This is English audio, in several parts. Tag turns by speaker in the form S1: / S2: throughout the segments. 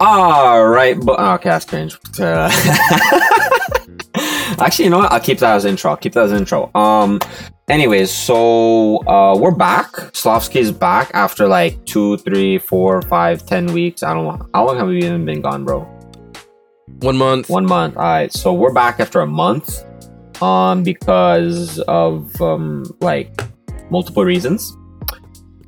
S1: All right, but oh, okay, that's cringe. Uh, Actually, you know what? I'll keep that as intro. I'll keep that as intro. Um. Anyways, so uh, we're back. Slavsky's back after like two, three, four, five, ten weeks. I don't know. How long have we even been gone, bro?
S2: One month.
S1: One month. All right. So we're back after a month, um, because of um like multiple reasons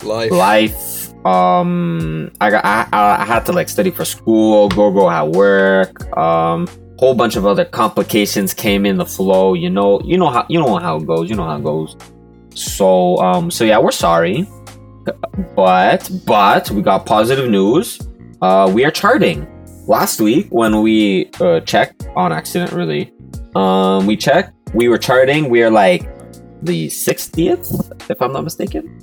S2: Life.
S1: life. Um, I got I, I I had to like study for school, go go at work. Um, whole bunch of other complications came in the flow. You know, you know how you know how it goes. You know how it goes. So um, so yeah, we're sorry, but but we got positive news. Uh, we are charting. Last week when we uh, checked on accident, really, um, we checked. We were charting. We are like the 60th, if I'm not mistaken.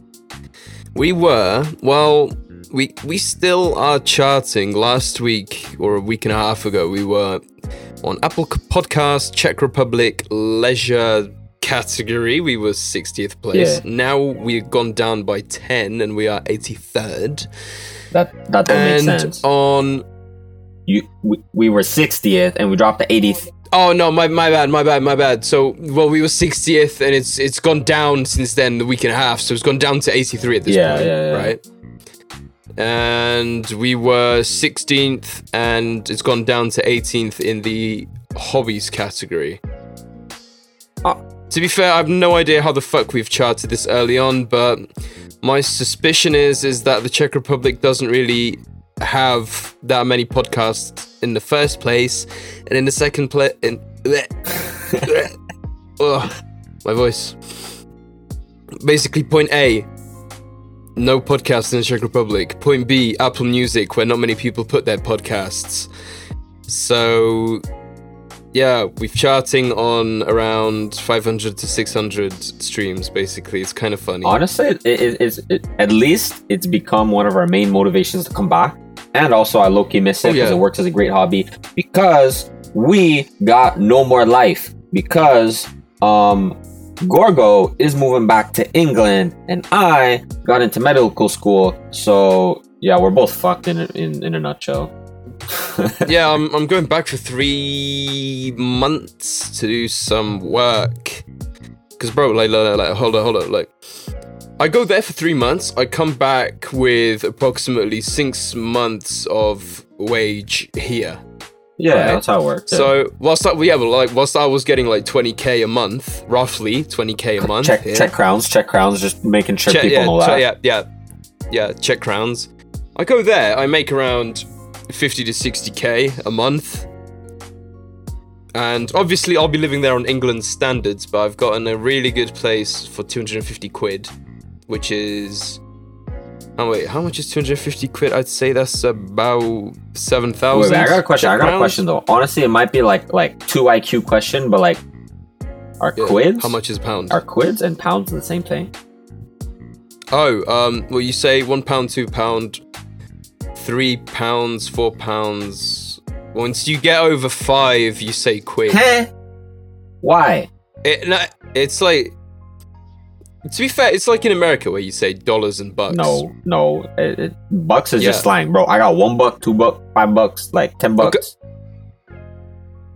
S2: We were. Well, we we still are charting. Last week or a week and a half ago, we were on Apple C- Podcast Czech Republic Leisure category. We were 60th place.
S1: Yeah.
S2: Now we've gone down by 10 and we are 83rd.
S1: That that don't
S2: and oh,
S1: make sense.
S2: on
S1: you we, we were 60th and we dropped to 80th
S2: Oh no, my my bad, my bad, my bad. So well, we were 60th, and it's it's gone down since then, the week and a half. So it's gone down to 83 at this
S1: Yeah,
S2: point,
S1: yeah, yeah.
S2: right? And we were 16th, and it's gone down to 18th in the hobbies category.
S1: Ah.
S2: To be fair, I've no idea how the fuck we've charted this early on, but my suspicion is is that the Czech Republic doesn't really have that many podcasts in the first place, and in the second place, in Ugh, my voice. Basically, point A, no podcasts in the Czech Republic. Point B, Apple Music, where not many people put their podcasts. So, yeah, we're charting on around 500 to 600 streams. Basically, it's kind of funny.
S1: honestly it, it, it's it, at least it's become one of our main motivations to come back and also i low-key miss it
S2: Oh,
S1: because
S2: yeah.
S1: it works as a great hobby because we got no more life because um gorgo is moving back to england and i got into medical school so yeah we're both fucked in a- in, in a nutshell
S2: yeah, I'm, I'm going back for three months to do some work. Cause bro, like, like, like, hold up, hold up, like, I go there for three months. I come back with approximately six months of wage here.
S1: yeah
S2: Right.
S1: that's how it works yeah.
S2: So whilst I, yeah, but like, whilst I was getting like 20k a month, roughly 20k a month.
S1: check
S2: here.
S1: check crowns check crowns just making sure
S2: Check-
S1: people
S2: yeah,
S1: know
S2: che-
S1: that
S2: yeah, yeah, yeah. Check crowns. I go there. I make around fifty to sixty k a month, and obviously I'll be living there on England's standards. But I've gotten a really good place for two hundred and fifty quid, which is. Oh wait, how much is 250 quid? I'd say that's about 7,000.
S1: Wait, wait, I got a question. I
S2: Czech
S1: got a
S2: crowns.
S1: question though. Honestly, it might be like like two IQ question, but like are
S2: Yeah,
S1: quids
S2: How much is a pound?
S1: are quids and pounds the same thing?
S2: Oh, um, well, you say one pound, two pound, three pounds, four pounds. Once you get over five, you say quid.
S1: Heh. Why?
S2: It, no, it's like, to be fair, it's like in America where you say dollars and bucks.
S1: No, no. It, it, bucks is
S2: Yeah.
S1: just slang, bro. I got one buck, two buck, five bucks, like ten bucks.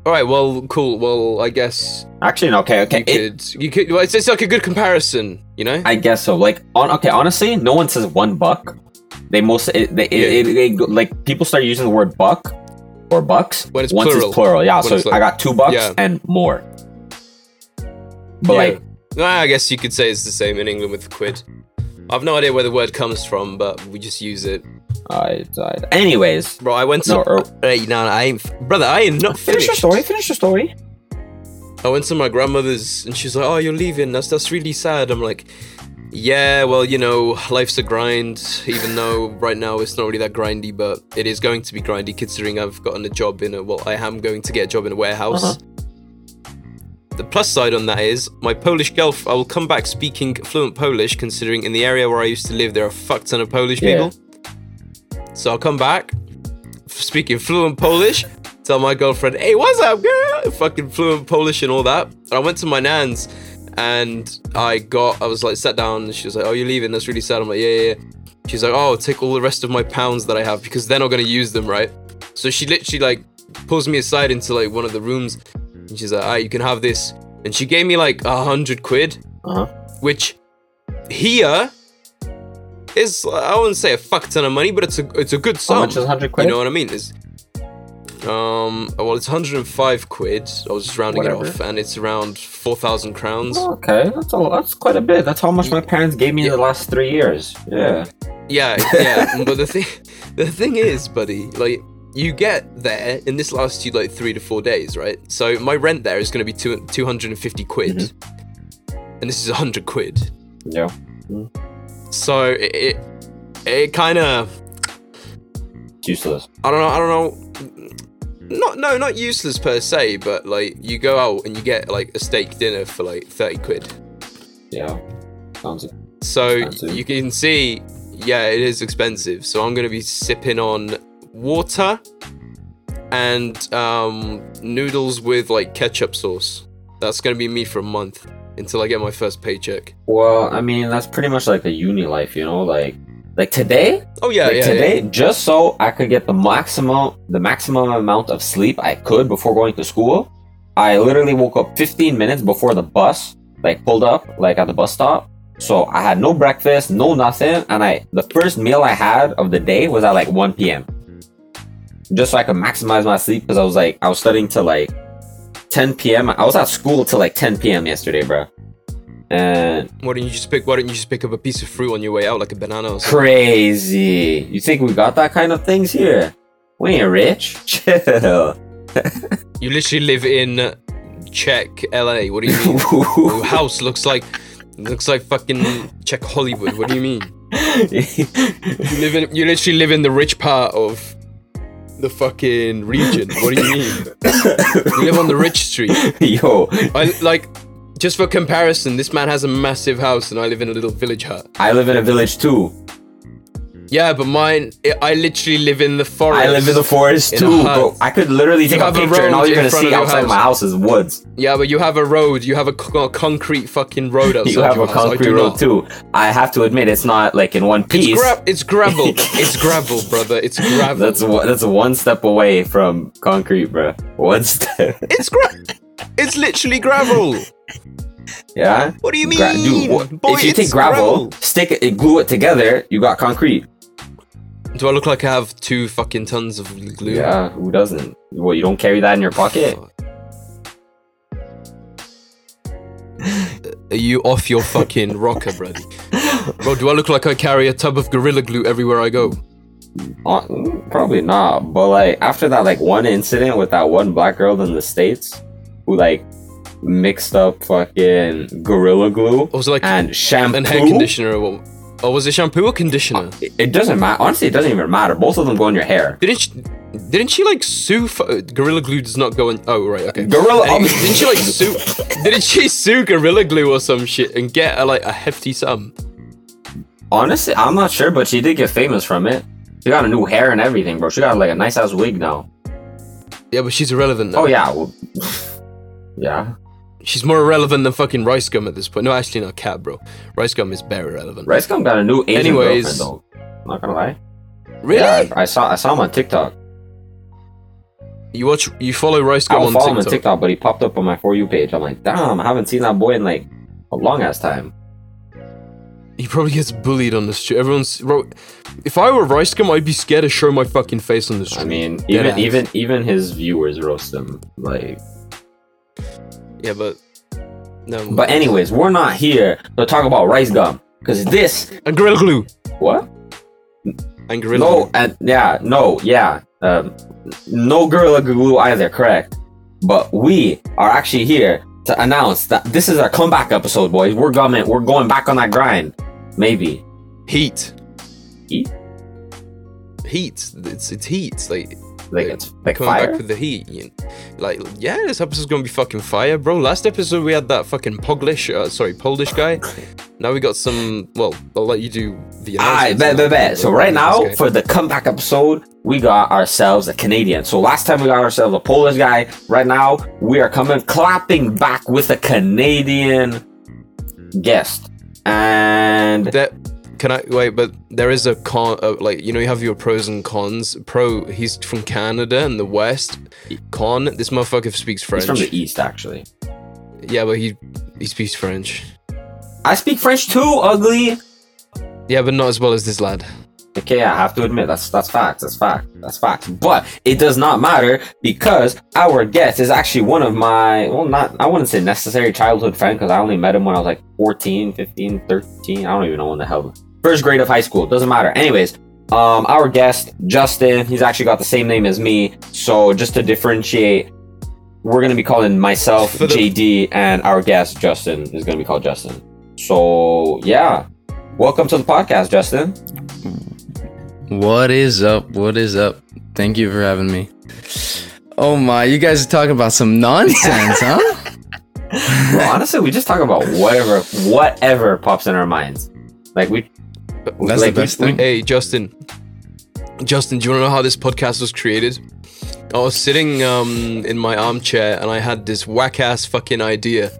S2: All right. Well, cool. Well, I guess
S1: Actually, no. Okay, okay.
S2: you
S1: it-
S2: could. You could. Well, it's, it's like a good comparison. You know.
S1: I guess so. Like on okay, honestly, no one says one buck. They most it, they,
S2: Yeah.
S1: it, it, they go- like people start using the word buck or bucks
S2: When it's
S1: once
S2: plural.
S1: it's plural. Yeah,
S2: When
S1: so
S2: it's like-
S1: I got two bucks
S2: Yeah.
S1: and more.
S2: Yeah.
S1: But like
S2: Nah, I guess you could say it's the same in England with quid. I've no idea where the word comes from, but we just use it.
S1: I died. Anyways,
S2: Bro, I went to.
S1: no, or,
S2: Hey, no, no, I ain't. Brother, I ain't not
S1: finish
S2: finished.
S1: your story. Finish your story.
S2: I went to my grandmother's and she's like, "Oh, you're leaving. That's that's really sad." I'm like, "Yeah, well, you know, life's a grind. Even though right now it's not really that grindy, but it is going to be grindy considering I've gotten a job in a well, I am going to get a job in a warehouse."
S1: Uh-huh.
S2: The plus side on that is my Polish girl. I will come back speaking fluent Polish, considering in the area where I used to live there are a fuck ton of Polish
S1: Yeah.
S2: people. So I'll come back f- speaking fluent Polish. Tell my girlfriend, hey, what's up, girl? Fucking fluent Polish and all that. And I went to my nan's And I got, I was like, sat down, and she was like, "Oh, you're leaving? That's really sad." I'm like, "Yeah, yeah." yeah." She's like, "Oh, take all the rest of my pounds that I have because they're not gonna use them, right?" So she literally like pulls me aside into like one of the rooms, and she's like, "Ah, you can have this." And she gave me like a hundred quid,
S1: Uh-huh.
S2: which here is I wouldn't say a fuck ton of money, but it's a it's a good sum.
S1: How much is 100 quid?
S2: You know what I mean? It's, um, well, it's 105 quid. I was just rounding it
S1: Whatever.
S2: off, and it's around 4,000 crowns.
S1: Okay, that's a, that's quite a bit. That's how much my parents gave me in the last three years. Yeah.
S2: Yeah, yeah. but the thing, the thing is, buddy, like you get there, and this lasts you like three to four days, right? So my rent there is going to be two two hundred and fifty quid, and this is hundred quid.
S1: Yeah.
S2: So it, it, it kind of
S1: It's useless.
S2: I don't know. I don't know. Not no, not useless per se, but like you go out and you get like a steak dinner for like thirty quid.
S1: Yeah. Sounds
S2: So
S1: Expensive.
S2: you can see, yeah, it is expensive. So I'm gonna be sipping on water and um, noodles with like ketchup sauce. That's gonna be me for a month until I get my first paycheck.
S1: Well, I mean, that's pretty much like a uni life, you know, like like today,
S2: Oh yeah,
S1: like
S2: yeah,
S1: today,
S2: yeah.
S1: just so I could get the maximum the maximum amount of sleep I could before going to school. I literally woke up 15 minutes before the bus, like pulled up, like at the bus stop. So I had no breakfast, no nothing, and I the first meal I had of the day was at like 1 p.m. Just so I could maximize my sleep because I was like I was studying till like 10 p.m. I was at school till like 10 p.m. yesterday, bro. And
S2: Why don't you just pick? Why don't you just pick up a piece of fruit on your way out, like a banana or something?
S1: Crazy. You think we got that kind of things here? We ain't rich. Chill.
S2: You literally live in Czech LA. What do you mean? Your house looks like looks like fucking Czech Hollywood. What do you mean? You live in you literally live in the rich part of the fucking region. What do you mean? You live on the rich street.
S1: Yo,
S2: I like just for comparison, this man has a massive house and I live in a little village hut.
S1: I live in a village too.
S2: Yeah, but mine I- I literally live in the forest.
S1: I live in the forest
S2: In a
S1: too,
S2: hut.
S1: bro. I could literally take a
S2: have a
S1: picture and
S2: road
S1: all you're
S2: in
S1: gonna
S2: front
S1: see
S2: of your
S1: outside
S2: house.
S1: my house is woods.
S2: Yeah, but you have a road. You have a, co- a concrete fucking road outside
S1: You have
S2: your
S1: a
S2: house. I
S1: concrete
S2: do
S1: road
S2: not.
S1: too. I have to admit, it's not like in one
S2: It's,
S1: piece.
S2: gra- it's gravel. it's gravel, brother. It's gravel.
S1: That's one, that's one step away from concrete, bro. One step.
S2: It's gra- It's literally gravel.
S1: yeah.
S2: What do you mean?
S1: Gra- dude, what-
S2: Boy,
S1: if you
S2: it's
S1: take gravel, stick it, glue it together, you got concrete.
S2: Do I look like I have two fucking tons of glue?
S1: Yeah, who doesn't? Well, you don't carry that in your pocket.
S2: Fuck. Are you off your fucking rocker, brother? Bro, do I look like I carry a tub of Gorilla Glue everywhere I go?
S1: Uh, mm, probably not. But like after that, like one incident with that one black girl in the states who like mixed up fucking gorilla glue
S2: Or was it Oh, like
S1: and
S2: an hair
S1: shampoo.
S2: conditioner or what? Or was it shampoo or conditioner?
S1: It- It doesn't matter. Honestly, it doesn't even matter. Both of them go in your hair.
S2: Didn't she, didn't she like sue for, Gorilla Glue does not go in Oh right, okay.
S1: Gorilla.
S2: Anyway, didn't she like sue Didn't she sue Gorilla Glue or some shit and get a, like a hefty sum?
S1: Honestly, I'm not sure, but she did get famous from it. She got a new hair and everything, bro. She got like a nice ass wig now.
S2: Yeah, but she's irrelevant now.
S1: Oh yeah. well, yeah.
S2: She's more irrelevant than fucking Rice Gum at this point. No, actually, not Cab, bro. Rice Gum is bare irrelevant.
S1: Rice Gum got a new Asian
S2: Anyways.
S1: girlfriend though. Not gonna lie.
S2: Really?
S1: Yeah, I I saw I saw him on TikTok.
S2: You watch, you follow Rice
S1: I
S2: Gum
S1: don't
S2: on
S1: follow him on
S2: TikTok.
S1: TikTok, but he popped up on my for you page. I'm like, damn, I haven't seen that boy in like a long ass time.
S2: He probably gets bullied on the street. Everyone's. Bro, if I were Rice Gum, I'd be scared to show my fucking face on the street.
S1: I mean,
S2: Dead
S1: even
S2: ass.
S1: even even his viewers roast him. Like,
S2: yeah, but no.
S1: but anyways, we're not here to talk about rice gum because this
S2: and Gorilla Glue
S1: what?
S2: and Gorilla.
S1: No,
S2: Glue.
S1: and yeah, no, yeah, um, no gorilla glue either. Correct. But we are actually here to announce that this is our comeback episode, boys. We're coming. We're going back on that grind. Maybe.
S2: heat.
S1: Heat?
S2: Heat. It's it's heat. Like
S1: Like
S2: Yeah,
S1: it's like
S2: coming
S1: fire.
S2: back with the heat. You know? Like yeah, this episode's gonna be fucking fire, bro. Last episode we had that fucking Poglish, uh, sorry, Polish guy. now we got some. Well, I'll let you do the.
S1: I
S2: announcements
S1: bet,
S2: and
S1: bet,
S2: I'll-
S1: bet. So
S2: I'll
S1: right
S2: do
S1: now
S2: this guy.
S1: for the comeback episode, we got ourselves a Canadian. So last time we got ourselves a Polish guy. Right now we are coming clapping back with a Canadian guest. And
S2: That can I wait? But there is a con, uh, like you know, you have your pros and cons. Pro, he's from Canada and the West. Con, this motherfucker speaks
S1: he's
S2: French.
S1: from the East, actually.
S2: yeah, but he he speaks French.
S1: I speak French too, ugly.
S2: Yeah, but not as well as this lad.
S1: Okay, I have to admit that's that's fact. That's fact. That's fact. But it does not matter because our guest is actually one of my well, not I wouldn't say necessary childhood friend because I only met him when I was like 14, 15, 13. I don't even know when the hell first grade of high school. Doesn't matter. Anyways, um, our guest Justin, he's actually got the same name as me. So just to differentiate, we're gonna be calling myself
S2: For the-
S1: JD, and our guest Justin is gonna be called Justin. So yeah, welcome to the podcast, Justin.
S3: What is up? What is up? Thank you for having me. Oh my, you guys are talking about some nonsense, huh?
S1: Well, honestly, we just talk about whatever, whatever pops in our minds. Like we,
S3: That's
S1: like
S3: the
S1: we-
S3: best thing.
S2: Hey, Justin. Justin, do you want to know how this podcast was created? I was sitting um, in my armchair and I had this whack ass fucking idea.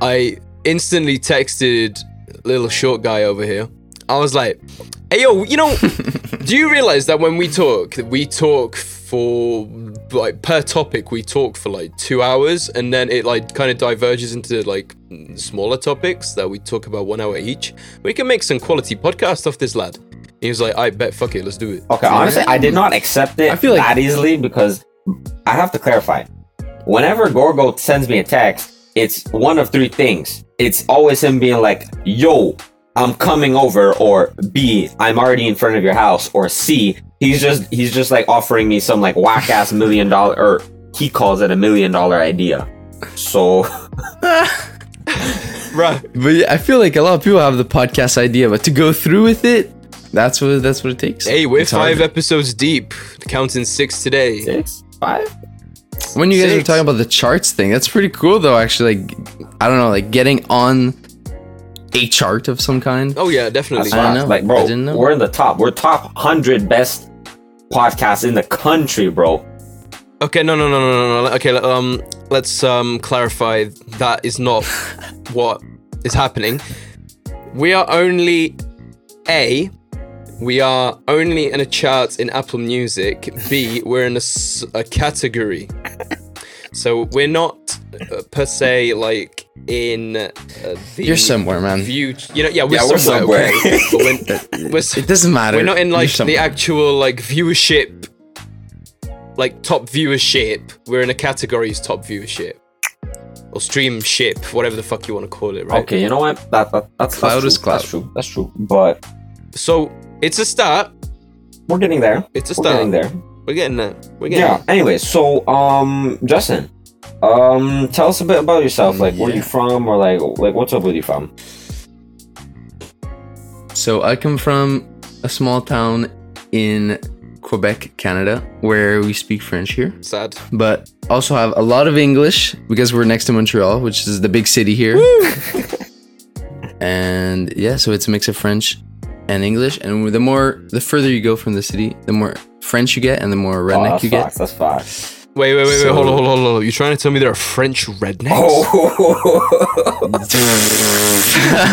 S2: I instantly texted little short guy over here. I was like, hey, yo, you know, do you realize that when we talk, that we talk for like per topic, we talk for like two hours and then it like kind of diverges into like smaller topics that we talk about one hour each? We can make some quality podcast off this lad. He was like, I bet, fuck it, let's do it.
S1: okay, honestly, I did not accept it
S3: I feel like-
S1: that easily because I have to clarify. Whenever Gorgo sends me a text, it's one of three things. It's always him being like, "Yo, I'm coming over," or B, "I'm already in front of your house," or C, he's just he's just like offering me some like whack ass million dollar or he calls it a million dollar idea. So
S2: Right.
S3: But yeah, I feel like a lot of people have the podcast idea, but to go through with it, that's what that's what it takes.
S2: Hey, we're
S3: It's hard.
S2: five episodes deep, counting six today.
S1: six, five.
S3: When you guys were
S2: six.
S3: talking about the charts thing, that's pretty cool though. Actually, like I don't know, like getting on a chart of some kind.
S2: Oh yeah, definitely.
S1: That's
S3: I
S1: facts.
S3: know.
S1: Like, bro,
S3: I didn't know.
S1: we're in the top. We're top hundred best podcasts in the country, bro.
S2: Okay, no, no, no, no, no, no. Okay, le- um, let's um clarify that is not what is happening. We are only a. We are only in a chart in Apple Music. B. We're in a, s- a category. So we're not uh, per se like in uh, the
S3: You're somewhere, man.
S2: view. You know, yeah, we're
S1: Yeah, we're
S2: somewhere.
S1: somewhere.
S2: okay? but we're, we're s-
S3: It doesn't matter.
S2: We're not in
S3: You're
S2: like the
S3: somewhere.
S2: actual like viewership, like top viewership. We're in a category's top viewership or stream ship, whatever the fuck you want to call it, right?
S1: Okay, you know what? That, that that's that's
S3: Cloud is
S1: true.
S3: cloud.
S1: That's true. That's true. But
S2: So it's a start.
S1: we're getting there.
S2: It's a
S1: We're getting
S2: start.
S1: there.
S2: We're getting there. We're getting
S1: Yeah. Anyway, so um, Justin, um, tell us a bit about yourself. Like, where
S3: Yeah.
S1: you from, or like, like what's up with you from?
S3: So I come from a small town in Quebec, Canada, where we speak French here,
S2: there. Sad.
S3: but also have a lot of English because we're next to Montreal, which is the big city here. and yeah, so it's a mix of French and English. And the more, the further you go from the city, the more French you get, and the more
S1: Oh,
S3: redneck
S1: that's
S3: you
S1: facts.
S3: get.
S1: That's facts.
S2: Wait, wait, wait, wait. Hold on,
S3: So-
S2: hold on, hold on. You're trying to tell me there are French rednecks?
S1: Oh,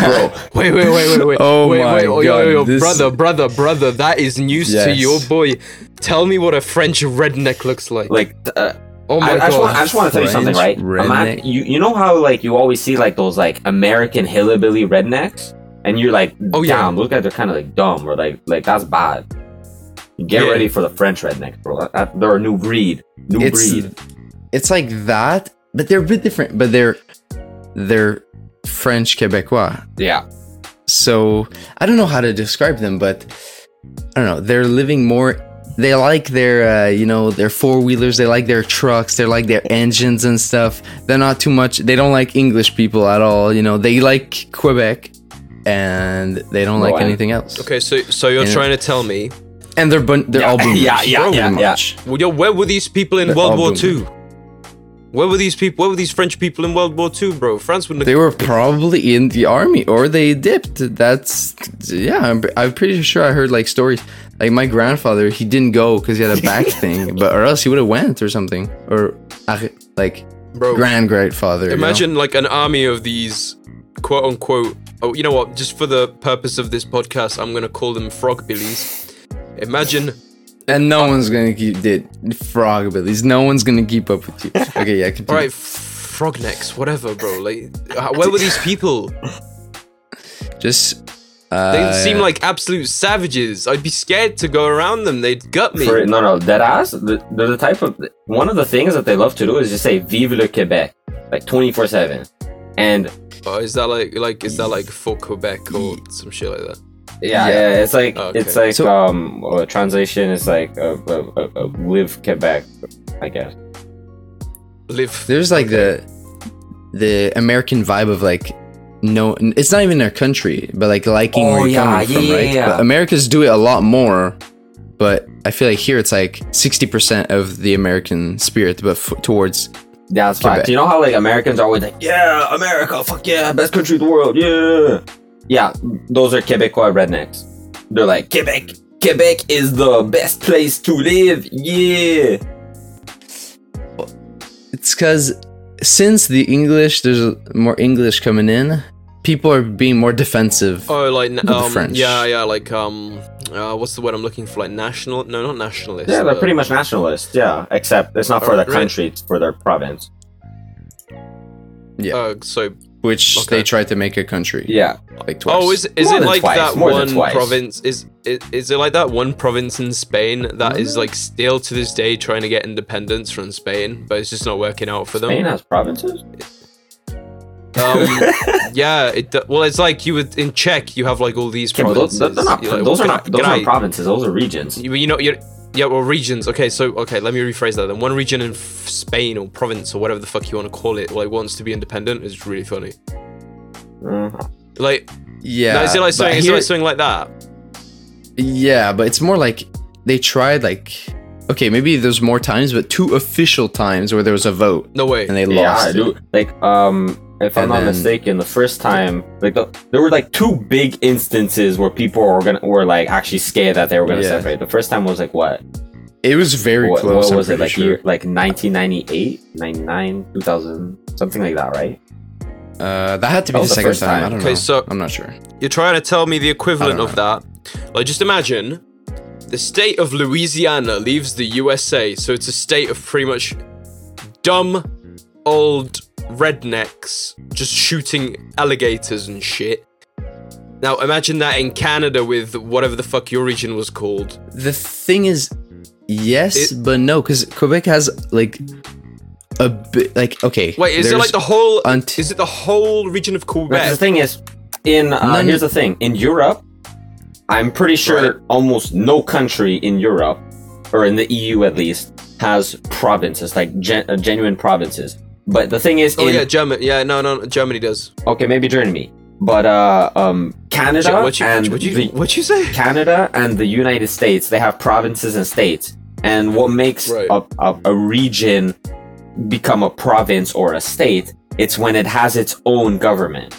S1: bro.
S2: Wait, wait, wait, wait, wait.
S3: Oh
S2: wait,
S3: my
S2: wait, oh, yo,
S3: God,
S2: yo, yo,
S3: this-
S2: brother, brother, brother. That is news to
S3: Yes.
S2: your boy. Tell me what a French redneck looks like.
S1: Like, uh,
S2: oh my
S1: I, I
S2: god.
S1: just want, I just want to tell you something, right?
S3: French
S1: Ima-
S3: redneck.
S1: you, you know how like you always see like those like American hillbilly rednecks, and you're like,
S2: Oh,
S1: oh
S2: yeah.
S1: yeah, those guys are kind of like dumb or like like that's bad. Get
S2: Yeah.
S1: ready for the French rednecks, bro. That- that- they're a new breed, new
S3: It's
S1: breed.
S3: it's like that, but they're a bit different. But they're they're French Quebecois.
S1: Yeah,
S3: so I don't know how to describe them, but I don't know. They're living more. They like their, uh, you know, their four wheelers. They like their trucks. They like their engines and stuff. They're not too much. They don't like English people at all. You know, they like Quebec, and they don't like
S1: Right.
S3: anything else.
S2: Okay, so so you're
S3: Yeah.
S2: trying to tell me
S3: And they're bun- they're
S1: Yeah,
S3: all boomers.
S1: yeah, yeah,
S3: Pretty
S1: yeah, yeah.
S3: much.
S2: Well, yo, where were these people in
S3: They're
S2: World War
S3: all
S2: II?
S3: boomers.
S2: Where were these people? Where were these French people in World War II, bro? France wouldn't.
S3: They were probably in the army or they dipped. That's yeah. I'm, I'm pretty sure I heard like stories. Like my grandfather, he didn't go because he had a back thing, but or else he would have went or something. Or ah, like
S2: bro,
S3: grand grandfather. you know?
S2: imagine like an army of these quote unquote. Oh, you know what? Just for the purpose of this podcast, I'm gonna call them frog billies. Imagine
S3: And no one's gonna keep did frog abilities. No one's gonna keep up with you. Okay, yeah, continue.
S2: All right, f- frog necks, whatever, bro. Like, h- where were these people?
S3: Just
S2: They
S3: uh,
S2: seem like absolute savages. I'd be scared to go around them. They'd gut me.
S1: For, no, no, that ass. The, they're the type of one of the things that they love to do is just say "Vive le Québec" like twenty four seven, and
S2: Oh, is that like like is that like for Quebec or some shit like that?
S1: yeah,
S3: Yeah.
S1: yeah, it's like
S2: Okay.
S1: it's like
S3: So-
S1: um well, translation is like uh, uh, uh, uh, "Live Quebec," I guess.
S2: Live.
S3: there's like the the American vibe of like no it's not even their country, but like liking
S1: Oh,
S3: where you're
S1: yeah,
S3: coming from,
S1: yeah,
S3: right?
S1: yeah.
S3: But Americans do it a lot more, but I feel like here it's like sixty percent of the American spirit, but f- towards
S1: That's
S3: Quebec.
S1: fact. You know how like Americans are always like, "Yeah, America, fuck yeah, best country in the world, yeah." Yeah, those are Quebecois rednecks. They're like Quebec. Quebec is the best place to live. Yeah.
S3: It's because since the English, there's more English coming in, people are being more defensive.
S2: Oh, like na-
S3: the
S2: um,
S3: French.
S2: yeah, yeah, like um, uh, what's the word I'm looking for? Like national? No, not nationalist.
S1: Yeah, they're
S2: uh,
S1: pretty much nationalists. Yeah, except it's not for
S2: Alright,
S1: their
S2: right.
S1: country; it's for their province.
S3: Yeah.
S2: Uh, so,
S3: which
S2: okay.
S3: they tried to make a country
S1: Yeah,
S3: like twice.
S2: oh, is is
S1: More
S2: it
S1: than
S2: like
S1: twice,
S2: that
S1: more than
S2: one
S1: twice.
S2: province? Is, is is it like that one province in Spain that
S1: Mm.
S2: is like still to this day trying to get independence from Spain, but it's just not working out for them?
S1: Spain has provinces.
S2: Um, yeah, it, do- well, it's like you would in Czech, you have like all these
S1: Okay, but those,
S2: provinces.
S1: they're not,
S2: You're like,
S1: those are
S2: "Can I-
S1: not. Those
S2: can
S1: aren't
S2: I-
S1: provinces. Those are regions.
S2: You, you know, you're, yeah, well, regions. Okay, so okay, let me rephrase that. Then one region in f- Spain or province or whatever the fuck you want to call it, like wants to be independent is really funny.
S1: Mhm.
S2: Like,
S3: yeah.
S2: no, is it like
S3: but
S2: something? Is it
S3: here-
S2: like something like that?
S3: yeah, but it's more like they tried like okay, maybe there's more times, but two official times where there was a vote
S2: No way.
S3: and they
S1: Yeah,
S3: lost.
S1: I
S3: it.
S1: do. Like, um, if I'm
S3: And
S1: not
S3: then-
S1: mistaken, the first time, like, the, there were like two big instances where people were gonna were like actually scared that they were gonna
S3: Yeah.
S1: separate. The first time was like what?
S3: It was very
S1: what,
S3: close.
S1: what
S3: I'm
S1: was it
S3: pretty
S1: like?
S3: sure.
S1: Year, like 1998, 99, 2000, something like that, right?
S3: Uh, that had
S1: That
S3: to be
S1: was
S3: the
S1: Oh, the
S3: second
S1: first
S3: time.
S1: time.
S3: I don't
S2: Okay,
S3: know.
S2: so-
S3: I'm not sure.
S2: You're trying to tell me the equivalent
S3: I
S2: of
S3: don't
S2: that. Like, just imagine the state of Louisiana leaves the USA, so it's a state of pretty much dumb old rednecks just shooting alligators and shit. Now, imagine that in Canada with whatever the fuck your region was called.
S3: The thing is, yes,
S2: It-
S3: but no, because Quebec has like a bit like okay.
S2: Wait, is it like
S3: there's-
S2: the whole.
S3: unt-
S2: is it the whole region of
S1: But the
S2: Quebec?
S1: thing is, in uh,
S3: None-
S1: here's the thing in Europe, I'm pretty sure almost no country in Europe or in the EU at least has provinces like gen- uh, genuine provinces. But the thing is,
S2: Oh,
S1: in
S2: yeah, Germany. Yeah, no, no, no, Germany does.
S1: okay, maybe Germany, but uh, um, Canada
S2: Ge- What you,
S1: and
S2: what you,
S1: the-
S2: what you say?
S1: Canada and the United States, they have provinces and states. And what makes
S2: Right.
S1: a, a, a region become a province or a state, it's when it has its own government.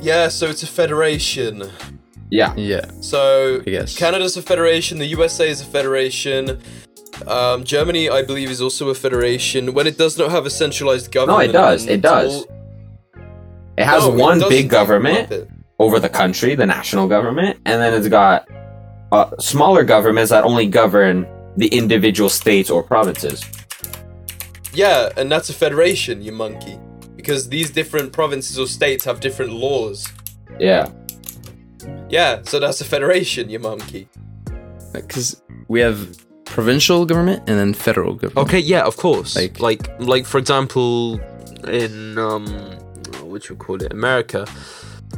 S2: Yeah, so it's a federation.
S1: Yeah.
S3: Yeah,
S2: So
S3: I guess.
S2: Canada's a federation, the USA is a federation. Um, Germany, I believe, is also a federation. When it does not have a centralized government,
S1: does,
S2: and
S1: it
S2: it's
S1: does.
S2: all-
S1: It has
S2: No, Oh, it
S1: one
S2: doesn't.
S1: big government
S2: Stop it.
S1: over the country, the national government, and then it's got uh, smaller governments that only govern the individual states or provinces.
S2: Yeah, and that's a federation, you monkey. Because these different provinces or states have different laws.
S1: Yeah.
S2: Yeah, so that's a federation, you monkey.
S3: because we have provincial government and then federal government.
S2: Okay, yeah, of course. Like,
S3: Like-
S2: like, like for example, in um, what you call it, America.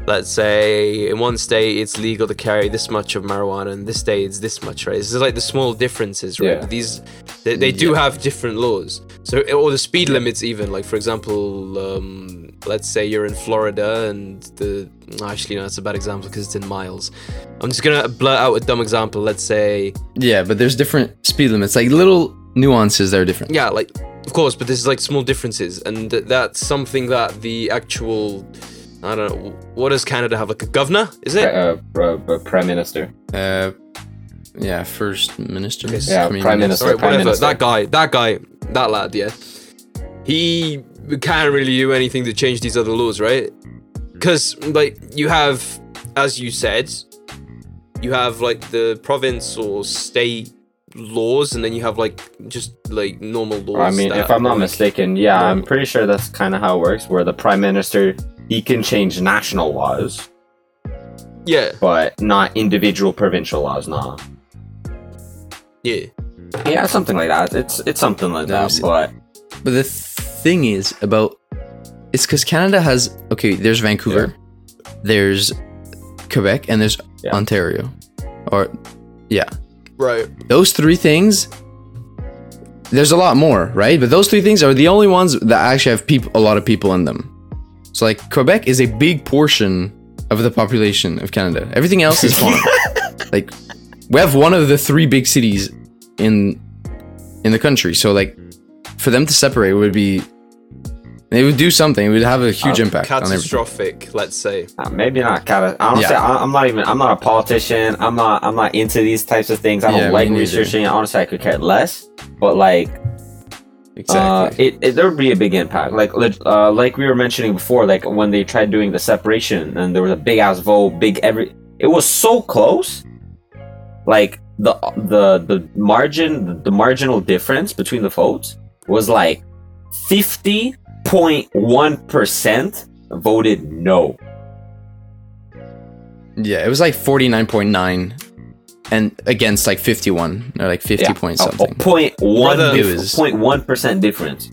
S2: Let's say in one state it's legal to carry this much of marijuana, and this state it's this much, right? This is like the small differences, right?
S1: Yeah.
S2: But These they, they do have different laws. So or the speed limits even. Like for example, um, let's say you're in Florida, and the actually no, that's a bad example because it's in miles. I'm just gonna blurt out a dumb example. Let's say
S3: Yeah, but there's different speed limits, like little nuances that are different.
S2: yeah like of course but there's like small differences and th- that's something that the actual i don't know what does canada have like a governor is
S1: Pre-
S2: it
S1: uh, pr- pr- prime minister.
S3: Uh, yeah, first minister.
S1: Yeah,
S3: I mean,
S1: prime minister.
S2: All right,
S1: prime
S2: whatever
S1: minister.
S2: that guy that guy that lad
S1: Hmm.
S2: yeah he can't really do anything to change these other laws right because because like you have, as you said, you have like the province or state laws, and then you have like just like normal laws.
S1: I mean,
S2: that
S1: if I'm
S2: are,
S1: not
S2: like-
S1: mistaken, yeah, I'm pretty sure that's kind of how it works, where the prime minister he can change national laws,
S2: yeah,
S1: but not individual provincial laws. Nah,
S2: yeah,
S1: yeah, something like that. It's it's something like
S3: No,
S1: that.
S3: it's-
S1: But
S3: But the thing is about it's because Canada has okay. There's Vancouver, there's Quebec, and there's
S1: Yeah.
S3: Ontario, or yeah,
S2: right.
S3: those three things. There's a lot more, right? But those three things are the only ones that actually have peop- a lot of people in them. So like Quebec is a big portion of the population of Canada. Everything else is farm. like we have one of the three big cities in in the country. So like for them to separate would be it would do something. It would have a huge
S1: Uh,
S3: impact on everything.
S2: Catastrophic, let's say.
S1: Uh, maybe not kind of. Honestly,
S3: Yeah.
S1: I, I'm not even. I'm not a politician. I'm not. I'm not into these types of things. I don't
S3: Yeah, me
S1: like
S3: neither.
S1: researching. Honestly, I could care less. But like, uh,
S3: Exactly.
S1: it, it there would be a big impact. Like, leg- uh, like we were mentioning before, like when they tried doing the separation and there was a big ass vote, big every. It was so close. Like the the the margin, the marginal difference between the votes was like fifty point one percent voted no.
S3: yeah, it was like 49.9 and against like 51 or like 50 point something.
S1: Oh, point one
S2: Brother-
S1: dif-
S3: It was-
S1: point one percent difference.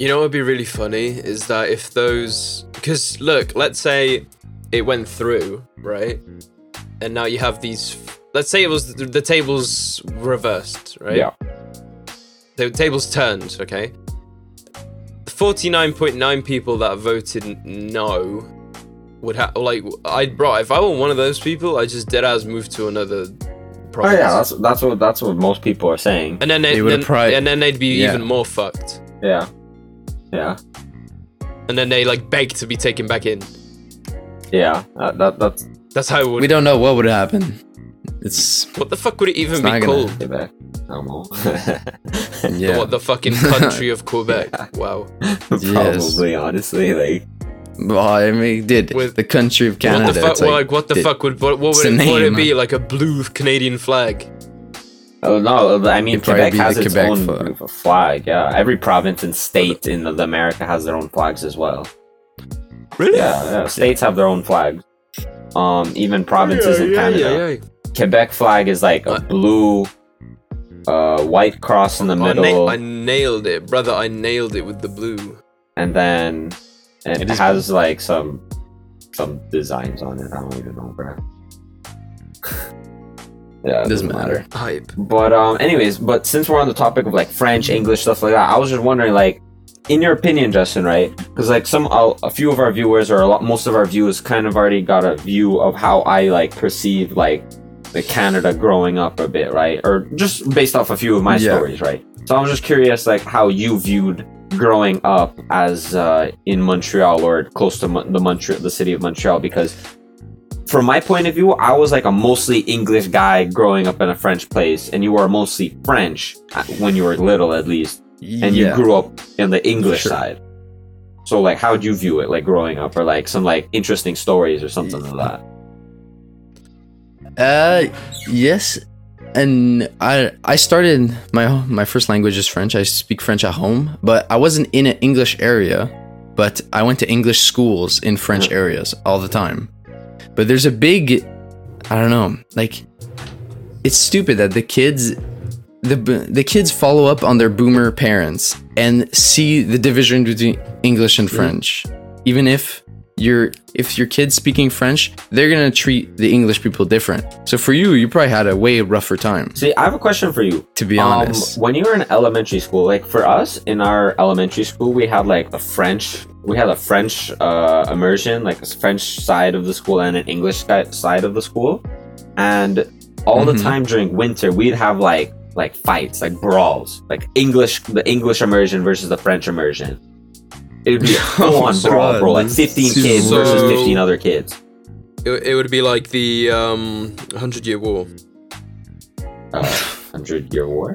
S2: You know what would be really funny is that if those. Because, look, let's say it went through, right? And now you have these. f- Let's say it was the, the tables reversed, right?
S1: Yeah.
S2: The tables turned, okay? 49.9 people that voted n- no would have. Like, I. Bro, if I were one of those people, I just dead ass move to another
S1: Oh
S2: province.
S1: yeah, that's that's what that's what most people are saying.
S2: and then, they,
S3: They would've
S2: then-
S3: probably-
S2: and then they'd be
S3: Yeah.
S2: even more fucked.
S1: Yeah, yeah,
S2: And then they, like, beg to be taken back in.
S1: yeah. That, that that's
S2: That's how it would
S3: We don't know what would happen. It's
S2: What the fuck would it even
S3: It's
S2: be
S3: not gonna-
S2: called?
S1: get back. I don't know.
S3: yeah.
S2: What the fucking country of Quebec? Wow.
S1: Probably, honestly, like
S3: Well, I mean, it did
S2: With-
S3: the country of Canada?
S2: what the fuck?
S3: it's like-
S2: Like, what the
S3: it-
S2: fuck would what, what
S3: it's
S2: would
S3: a
S2: it, would it
S3: name.
S2: be? Like a blue Canadian flag?
S1: oh no, I mean
S3: It'd probably
S1: Quebec
S3: be
S1: has
S3: the
S1: its
S3: Quebec
S1: own
S3: flag.
S1: flag. flag. Yeah, every province and state in the, America has their own flags as well.
S2: Really?
S1: Yeah, yeah. states have their own flags. Um, even provinces in Canada. Quebec flag is like a
S2: Uh,
S1: blue, uh, white cross in
S2: I,
S1: the
S2: na-
S1: middle,
S2: I nailed it, brother. I nailed it with the blue.
S1: and then it,
S3: It is
S1: has like some some designs on it. I don't even know, bro. yeah, it
S3: Doesn't matter.
S2: Hype.
S1: But um, anyways, but since we're on the topic of like French, English, stuff like that, I was just wondering, like, in your opinion, Justin, right? Because like some a, a few of our viewers or a lot, most of our viewers kind of already got a view of how I like perceive like the Canada growing up a bit, right? Or just based off a few of my
S3: Yeah.
S1: stories, right? So I was just curious, like, how you viewed growing up as uh, in Montreal or close to Mon- the Montreal, the city of Montreal, because from my point of view, I was like a mostly English guy growing up in a French place, and you were mostly French uh, when you were little, at least, and you
S3: yeah.
S1: grew up in the English
S3: Sure.
S1: side. So, like, how'd you view it, like growing up, or like some like interesting stories or something like that?
S3: Uh, yes, and I I started my my first language is French. I speak French at home, but I wasn't in an English area. But I went to English schools in French areas all the time. But there's a big, I don't know, like it's stupid that the kids. The, b- the kids follow up on their boomer parents and see the division between English and French. Even if your if your kid's speaking French, they're gonna treat the English people different. So for you, you probably had a way rougher time,
S1: See, I have a question for you.
S3: to be
S1: Um,
S3: honest.
S1: when you were in elementary school, like for us in our elementary school, we had like a French, we had a French uh, immersion, like a French side of the school and an English si- side of the school, and all the
S3: Mhm.
S1: time during winter, we'd have like like fights, like brawls, like English, the English immersion versus the French immersion. It would be a full on
S3: Oh,
S1: brawl,
S3: God,
S1: bro, like
S3: this
S1: fifteen
S3: is
S1: kids versus
S2: so-
S1: fifteen other kids.
S2: It, it would be like the um, Hundred Year War.
S1: Uh, Hundred year war.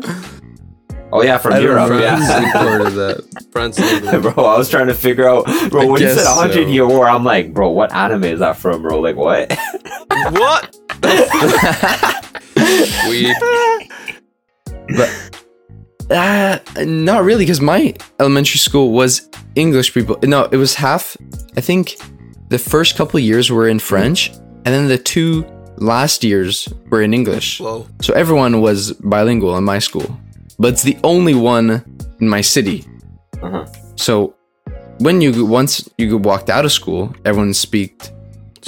S1: Oh yeah, from
S3: I don't
S1: Europe.
S3: remember
S1: Yeah.
S3: who's part of that.
S2: France. and England.
S1: bro, I was trying to figure out, bro.
S3: I
S1: when you
S3: guess
S1: said 100
S3: so.
S1: year war, I'm like, bro, what anime is that from, bro? Like, what?
S2: what? Weird.
S3: Uh, not really, because my elementary school was English people. No, it was half. I think the first couple years were in French, and then the two last years were in English.
S2: Whoa.
S3: So everyone was bilingual in my school, but it's the only one in my city.
S1: Uh-huh.
S3: So when you once you walked out of school, everyone speak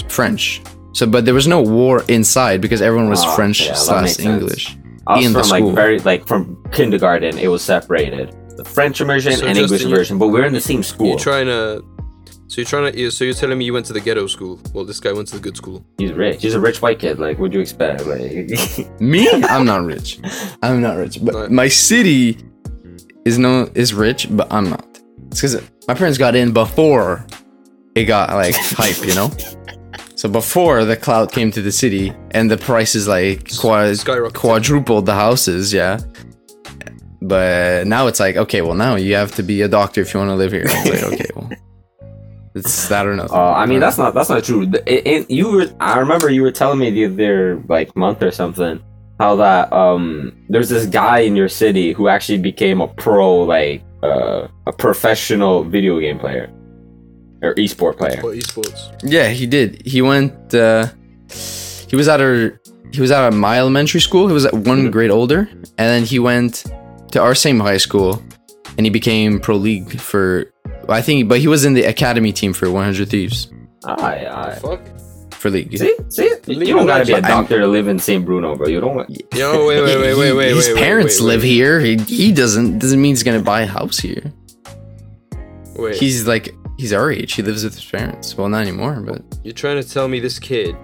S3: French. So but there was no war inside because everyone was
S1: Ah,
S3: French
S1: yeah, that makes
S3: slash
S1: sense.
S3: English.
S1: I was
S3: In the
S1: from like
S3: school.
S1: very like from kindergarten. It was separated, the French immersion
S2: So
S1: and
S2: Justin,
S1: English
S2: you-
S1: immersion. But we're in the same school.
S2: You're trying to. So you're trying to. you- So you're telling me you went to the ghetto school? Well, this guy went to the good school.
S1: He's rich. He's a rich white kid. Like, what'd you expect? Like,
S3: Me? I'm not rich. I'm not rich. But
S2: Right.
S3: my city is no is rich, but I'm not. It's because my parents got in before it got like hype, you know. So before the cloud came to the city and the prices like quad,
S2: skyrocketed.
S3: quadrupled the houses, yeah. But now it's like okay, well now you have to be a doctor if you want to live here. It's like, okay, well, it's that or nothing.
S1: Uh, I mean,
S3: Right.
S1: that's not that's not true. The- It, it, you were I remember you were telling me the other like month or something how that um there's this guy in your city who actually became a pro like uh, a professional video game player or esport player.
S2: Or esports.
S3: Yeah, he did. He went. Uh, he was at our. He was at my elementary school. He was at one grade older, and then he went to our same high school, and he became pro league for. I think, but he was in the academy team for 100 Thieves
S1: Aye, aye.
S2: Fuck.
S3: for league.
S1: See, see, you
S2: Leave him
S1: don't gotta be a
S3: alone, I'm-
S1: doctor to live in St. Bruno, bro. You don't.
S2: Yo, wait, wait, wait, wait, wait.
S3: His
S2: wait, wait,
S3: parents
S2: wait,
S3: live
S2: wait.
S3: here. He, he doesn't doesn't mean he's gonna buy a house here.
S2: Wait.
S3: He's like he's our age. He lives with his parents. Well, not anymore, but
S2: You're trying to tell me this kid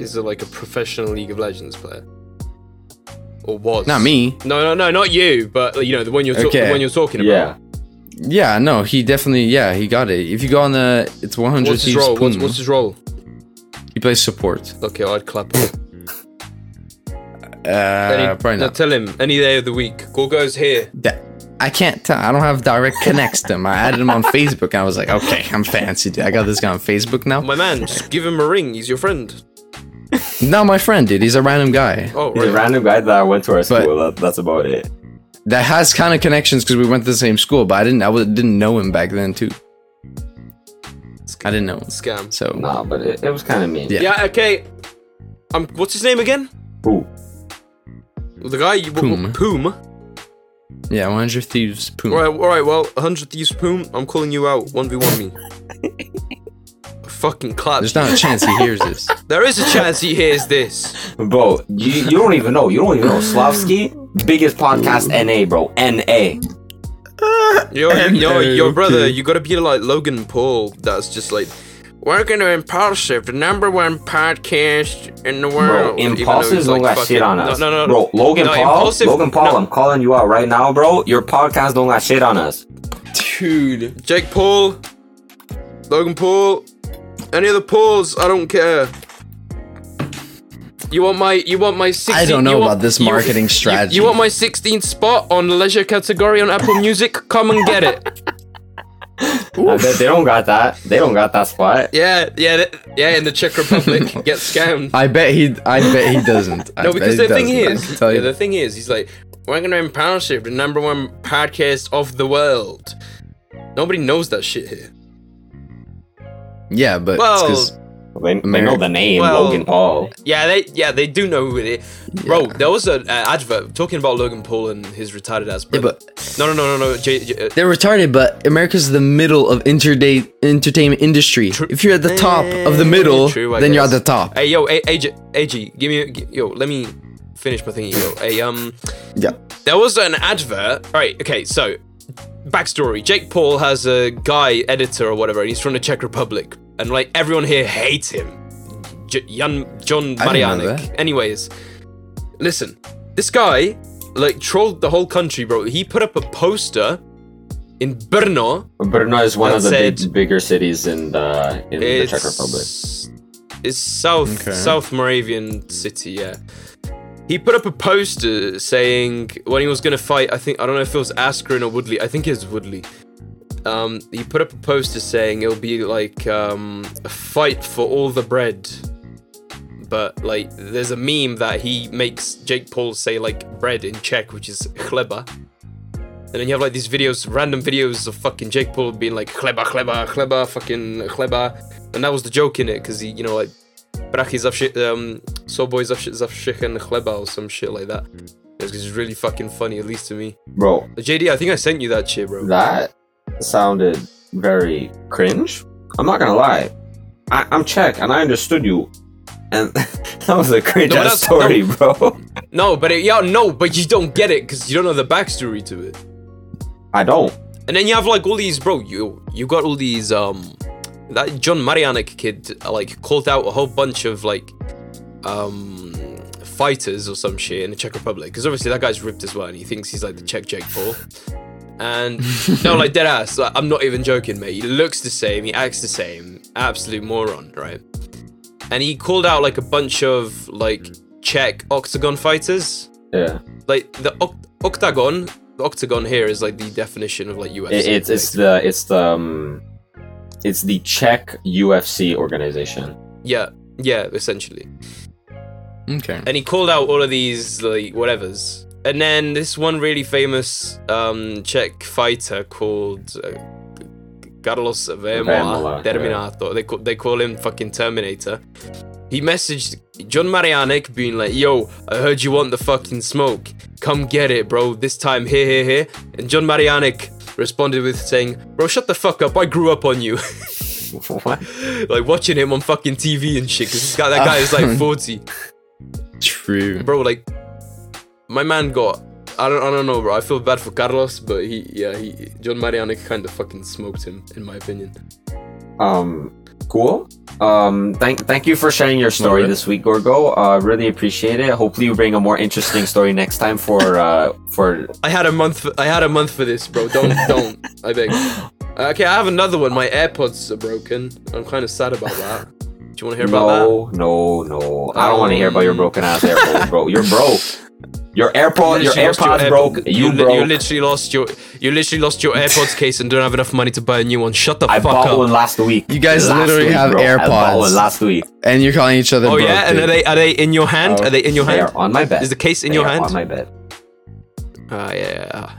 S2: is a, like a professional League of Legends player, or was?
S3: not me.
S2: No, no, no, not you. But you know the one you're ta- the
S3: Okay.
S2: one you're talking about.
S1: Yeah,
S3: Yeah, no, he definitely. Yeah, he got it. If you go on the, it's 100
S2: What's his
S3: Thieves
S2: role? What's,
S3: Puma.
S2: what's his role?
S3: He plays support.
S2: Okay, I'd clap.
S3: Uh,
S2: Any-
S3: probably
S2: now
S3: not.
S2: tell him any day of the week. Gorgo's here.
S3: Da- I can't tell. I don't have direct connects to him. I added him on Facebook, and I was like, okay, I'm fancy. Dude. I got this guy on Facebook now.
S2: My man, just give him a ring. He's your friend.
S3: Not my friend, dude. He's a random guy
S2: Oh,
S1: he's a
S2: right.
S1: random guy that I went to our school. That, that's about it.
S3: that has kind of connections because we went to the same school, but I didn't. I was, didn't know him back then too. I didn't know him.
S2: Scam.
S3: So
S1: Nah, but it, it was kind of mean.
S3: Yeah.
S2: Yeah. okay. Um, what's his name again?
S1: Ooh,
S2: The guy you
S3: Poom.
S2: Poom.
S3: yeah, 100 thieves. Poom.
S2: All right, all right. Well, 100 thieves Poom. I'm calling you out. One v one me. Fucking clap.
S3: There's not a chance he hears this.
S2: There is a chance he hears this.
S1: bro, you, you don't even know. You don't even know Slavsky, biggest podcast NA, bro, NA.
S2: Yo,
S3: And
S2: yo,
S3: then-
S2: your brother. You gotta be like Logan Paul. That's just like. We're gonna impulsive, the number one podcast in the
S1: Bro,
S2: world. even though
S1: impulsive
S2: he's,
S1: don't
S2: like,
S1: got shit on
S2: fucking-
S1: us.
S2: No, no, no,
S1: Bro, Logan
S2: no,
S1: Paul,
S2: Impulsive,
S1: Logan Paul,
S2: no.
S1: I'm calling you out right now, bro. Your podcast don't got shit on us.
S3: Dude.
S2: Jake Paul, Logan Paul, any other Pauls, I don't care. You want my you want my 16,
S3: I don't know
S2: you want-
S3: about this
S2: you-
S3: marketing
S2: you-
S3: strategy.
S2: You, want my 16th spot on leisure category on Apple Music? Come and get it.
S1: I bet they don't got that. They don't got that spot.
S2: Yeah, yeah, th- yeah. In the Czech Republic, get scammed.
S3: I bet he. I bet he doesn't. I
S2: No,
S3: bet
S2: because
S3: he
S2: the thing
S3: doesn't. I
S2: is,
S3: can tell
S2: yeah,
S3: you
S2: the thing is, he's like, we're gonna empower you, the number one podcast of the world. Nobody knows that shit here.
S3: that. yeah, but it's
S2: Well,
S3: 'cause-
S1: They, they
S3: Ameri-
S1: know the name
S2: Well-
S1: Logan Paul.
S2: Yeah, they yeah they do know who it is. Bro, there was an uh, advert talking about Logan Paul and his retarded ass.
S3: yeah,
S2: Brother.
S3: but
S2: no, no, no, no, no. J, J, uh,
S3: They're retarded, but America's the middle of interda- entertainment industry.
S2: True.
S3: If you're at the top of the middle,
S2: True, I
S3: then you're at
S2: guess.
S3: the top.
S2: hey, yo, A- AJ, AJ, give me, gi- yo, let me finish my thingy. Yo, hey, um,
S3: yeah.
S2: there was an advert. All right, okay, so backstory: Jake Paul has a guy editor or whatever, and he's from the Czech Republic, and like everyone here hates him. J- Jan, John
S3: I didn't know
S2: Marianic. Anyways, listen, this guy like trolled the whole country, bro. He put up a poster in Brno.
S1: Brno is one
S2: That
S1: of the
S2: said-
S1: big, bigger cities in the in the Czech Republic.
S2: It's, it's South
S3: Okay.
S2: South Moravian city, yeah. He put up a poster saying when he was gonna fight. I think I don't know if it was Askren or Woodley. I think it was Woodley. Um, he put up a poster saying it'll be like um, a fight for all the bread. But like, there's a meme that he makes Jake Paul say like bread in Czech, which is chleba. And then you have like these videos, random videos of fucking Jake Paul being like chleba, chleba, chleba, fucking chleba, and that was the joke in it because he, you know, like brachy zawsze, um, soboj zawsze, zawsze and chleba or some shit like that. It's it's really fucking funny, at least to me.
S1: bro.
S2: JD, I think I sent you that shit, bro.
S1: That sounded very cringe. I'm not gonna lie. I, I'm Czech and I understood you, and that was a cringe
S2: No,
S1: ass
S2: that's-
S1: story, bro.
S2: No, but it, yeah, no, but you don't get it because you don't know the backstory to it.
S1: I don't.
S2: And then you have like all these, bro. You you got all these. Um, that John Marianic kid uh, like called out a whole bunch of like, um, fighters or some shit in the Czech Republic because obviously that guy's ripped as well and he thinks he's like the Czech Jake Paul. And no, like dead ass. Like, I'm not even joking, mate. He looks the same. He acts the same. Absolute moron, right? And he called out like a bunch of like Czech octagon fighters.
S1: Yeah,
S2: Like the oct- octagon, the octagon here is like the definition of like UFC.
S1: it, it's it's the it's the um, it's the Czech UFC organization.
S2: Yeah, yeah, essentially.
S3: Okay.
S2: And he called out all of these like whatevers. And then this one really famous um, Czech fighter called uh, Carlos
S1: Vémola,
S2: Vemola Terminator. They call, they call him fucking Terminator. He messaged John Marianic being like, "Yo, I heard you want the fucking smoke. Come get it, bro. This time, here, here, here." And John Marianic responded with saying, "Bro, shut the fuck up. I grew up on you."
S1: what?
S2: like watching him on fucking TV and shit. Because guy, that guy is like 40,
S3: True.
S2: bro. Like my man got. I don't. I don't know, bro. I feel bad for Carlos, but he, yeah, he John Marianic kind of fucking smoked him, in my opinion.
S1: um cool um thank thank you for sharing your story
S3: Alright.
S1: this week gorgo uh really appreciate it hopefully you bring a more interesting story next time for uh for
S2: I had a month. I had a month for this, bro. Don't, don't. I beg. Uh, Okay, I have another one. My AirPods are broken. I'm kind of sad about that. Do you want to hear about that?
S1: no no no i don't want to hear about your
S2: Um.
S1: broken ass airpod bro you're broke your airpod your
S2: literally lost
S1: airpods
S2: Air-
S1: broke you,
S2: You, li-
S1: broke
S2: you literally lost your. You literally lost your AirPods case and don't have enough money to buy a new one. Shut the
S1: i
S2: fuck
S1: bought
S2: up.
S1: one last week
S3: You guys
S1: Last
S3: literally have
S1: i bought one
S3: AirPods.
S1: last week
S3: And you're calling each other.
S2: Oh
S3: broke,
S2: yeah, and
S3: dude.
S2: are they are they in your hand?
S1: Oh,
S2: are they in your
S1: they
S2: hand?
S1: are on my bed
S2: Is the case in
S1: They
S2: your
S1: are
S2: hand?
S1: on my bed
S2: Ah, yeah.